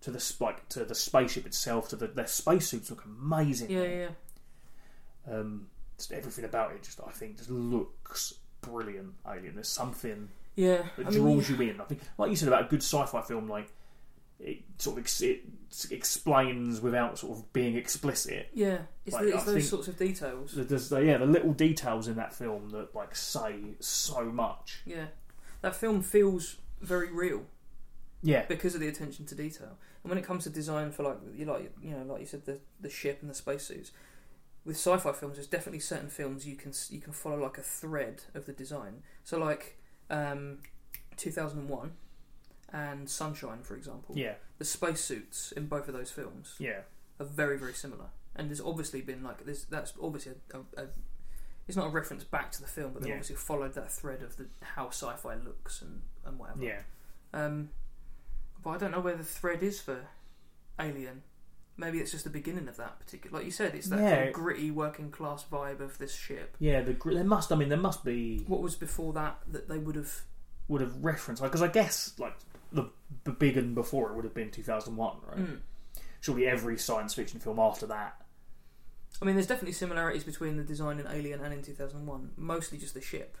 to the sp- like to the spaceship itself, to the their spacesuits look amazing.
Yeah, yeah, yeah.
Um, just everything about it, just I think, just looks brilliant. Alien. There's something
Yeah,
that
I mean,
draws you in. I think, like you said about a good sci-fi film, like it sort of ex- it explains without sort of being explicit.
Yeah, it's,
Like,
the,
I
it's those
think-
sorts of details.
So there's the, yeah, the little details in that film that like say so much.
Yeah, that film feels very real
Yeah,
because of the attention to detail. And when it comes to design for like you like you know like you said the the ship and the spacesuits, with sci-fi films, there's definitely certain films you can s- you can follow like a thread of the design. So like um, 2001 and Sunshine, for example.
yeah,
The spacesuits in both of those films
yeah,
are very very similar and there's obviously been like this that's obviously a, a, a it's not a reference back to the film but they
Yeah.
have obviously followed that thread of the how sci-fi looks and and whatever
yeah.
um but i don't know where the thread is for alien maybe it's just the beginning of that particular like you said it's that
Yeah.
kind of gritty working class vibe of this ship
Yeah, the, gr- there must. I mean, there must be
what was before that that they would have
would have referenced because I guess like the, the big and before it would have been two thousand one, right?
Mm.
Surely every science fiction film after that. *laughs*
i mean there's definitely similarities between the design in alien and in 2001 mostly just the ship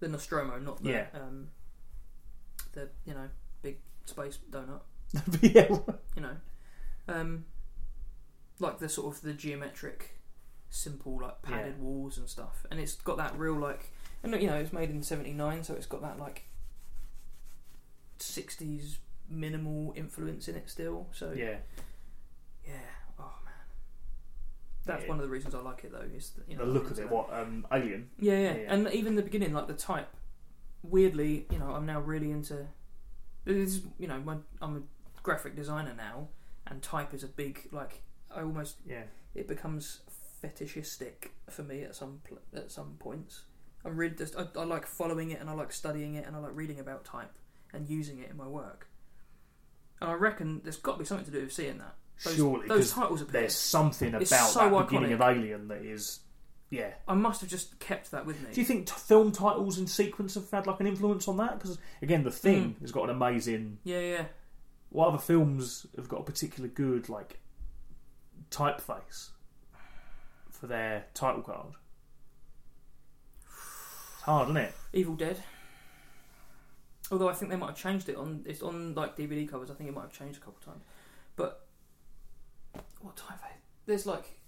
the nostromo not the
Yeah.
um the you know big space donut
yeah,
you know, um, like the sort of the geometric, simple like padded walls and stuff, and it's got that real like, and you know, it's made in '79, so it's got that like '60s minimal influence in it still. So
yeah,
yeah. oh man, that's
Yeah.
one of the reasons I like it though. Is that, you know
the look
things
of it.
like-
What um, Alien?
yeah, yeah,
Yeah, yeah.
and even the beginning, like the type. Weirdly, you know, I'm now really into. This, is, you know, my, I'm a graphic designer now, and type is a big like. I almost
Yeah,
it becomes fetishistic for me at some pl- at some points. I'm really just I, I like following it, and I like studying it, and I like reading about type and using it in my work. And I reckon there's got to be something to do with seeing that. Those,
surely
those
because
titles appear.
there's something about
It's so
that beginning
iconic.
of Alien that is. Yeah.
I must have just kept that with me.
Do you think t- film titles and sequence have had like an influence on that? Because again, The
Mm.
Thing has got an amazing.
yeah, yeah.
What other films have got a particular good like typeface for their title card? It's hard, isn't it?
Evil Dead. Although I think they might have changed it on it's on like DVD covers. I think it might have changed a couple times. But what type? Of, there's like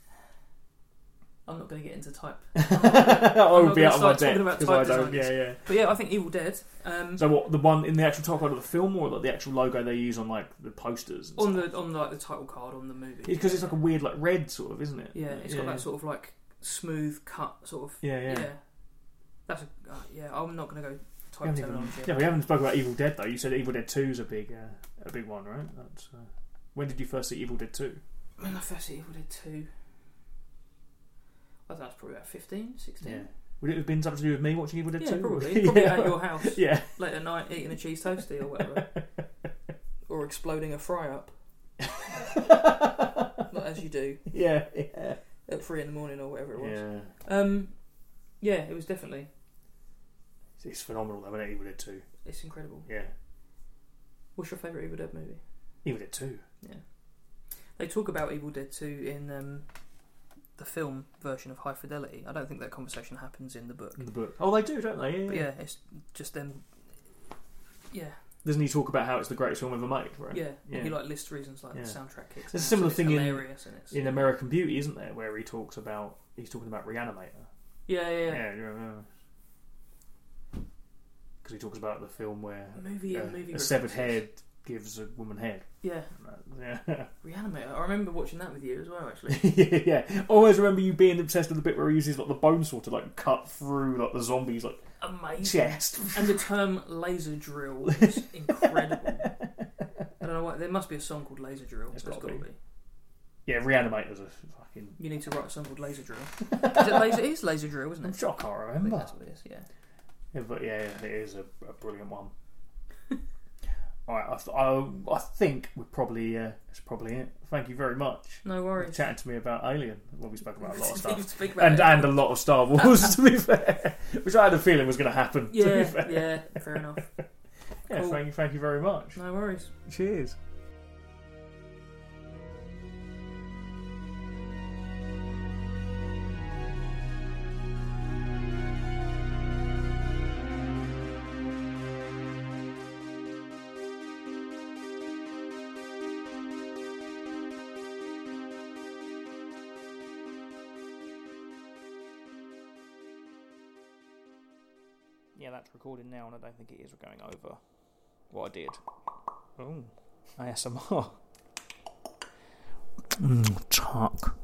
I'm not going to get into
*laughs*
type.
I
I'm
would
not
be
gonna
out of my
start talking
depth
about
because I
type
don't. Yeah,
designs.
yeah.
But yeah, I think Evil Dead. Um,
So what? The one in the actual title card of the film, or like the actual logo they use on like the posters?
on the on like the title card on the movie.
because it's like a weird like red sort of, isn't it?
yeah, it's got that sort of like smooth cut sort of
Yeah, yeah.
yeah. That's a, uh, yeah. I'm not going to go
We
type
haven't even,
terminology.
yeah, we haven't spoken about Evil Dead though. You said Evil Dead Two is a big, uh, a big one, right? That's, uh, when did you first see Evil Dead Two?
When I first see Evil Dead two, I think that's probably about 15, 16.
Would it have been something to do with me watching Evil Dead
Yeah,
Two? *laughs*
probably. Probably
yeah.
at your house
*laughs* yeah.
late at night eating a cheese toastie or whatever.
*laughs*
or exploding a fry up, *laughs* not as you do
yeah, yeah,
at three in the morning or whatever it was.
yeah.
Um, yeah, it was definitely.
It's- It's phenomenal though, isn't it? Evil Dead Two.
It's incredible.
Yeah,
What's your favourite Evil Dead movie?
Evil Dead Two.
They talk about Evil Dead 2 in um, the film version of High Fidelity. I don't think that conversation happens in the book.
In the book. Oh, they do, don't they? Yeah.
But yeah, it's just them. Yeah,
Doesn't he talk about how it's the greatest film ever made? Right.
yeah.
Yeah.
And he like lists reasons like
Yeah.
the soundtrack kicks.
There's a
in,
similar
it's
thing in-
hilarious and it's,
in American Beauty, isn't there, where he talks about he's talking about Reanimator.
yeah, yeah, yeah.
you remember? Because he talks about the film where
Movie
uh,
and movie
a severed
references.
head gives a woman head.
Yeah,
*laughs* Yeah,
Reanimator. I remember watching that with you as well, actually.
*laughs* yeah. Always remember you being obsessed with the bit where he uses like the bone saw to like cut through like the zombie's like
Amazing.
chest.
And the term laser drill is incredible. I don't know why. There must be a song called Laser Drill.
There's
There's
gotta
got to
be.
be.
Yeah, Reanimator's a fucking.
You need to write a song called Laser Drill.
*laughs*
Is it Laser? It is Laser Drill, isn't
I'm
it?
sure I can't
I think
remember.
that's what it is. Yeah.
Yeah, but yeah, it is a, a
*laughs*
brilliant one. All right, I, th- I, I think we're probably uh, that's probably it. Thank you very much.
No
for
worries.
Chatting to me about Alien. Well, we spoke
*laughs*
about a lot of
You
stuff,
speak about
and
it.
and a lot of Star Wars.
*laughs*
to be fair, which I had a feeling was going to happen. to be
yeah,
fair.
yeah. Fair enough.
Yeah,
Cool.
thank you, thank you very much.
No worries.
Cheers.
Yeah, that's recording now, and I don't think it is going over what I did. Oh, ASMR. Mm, talk.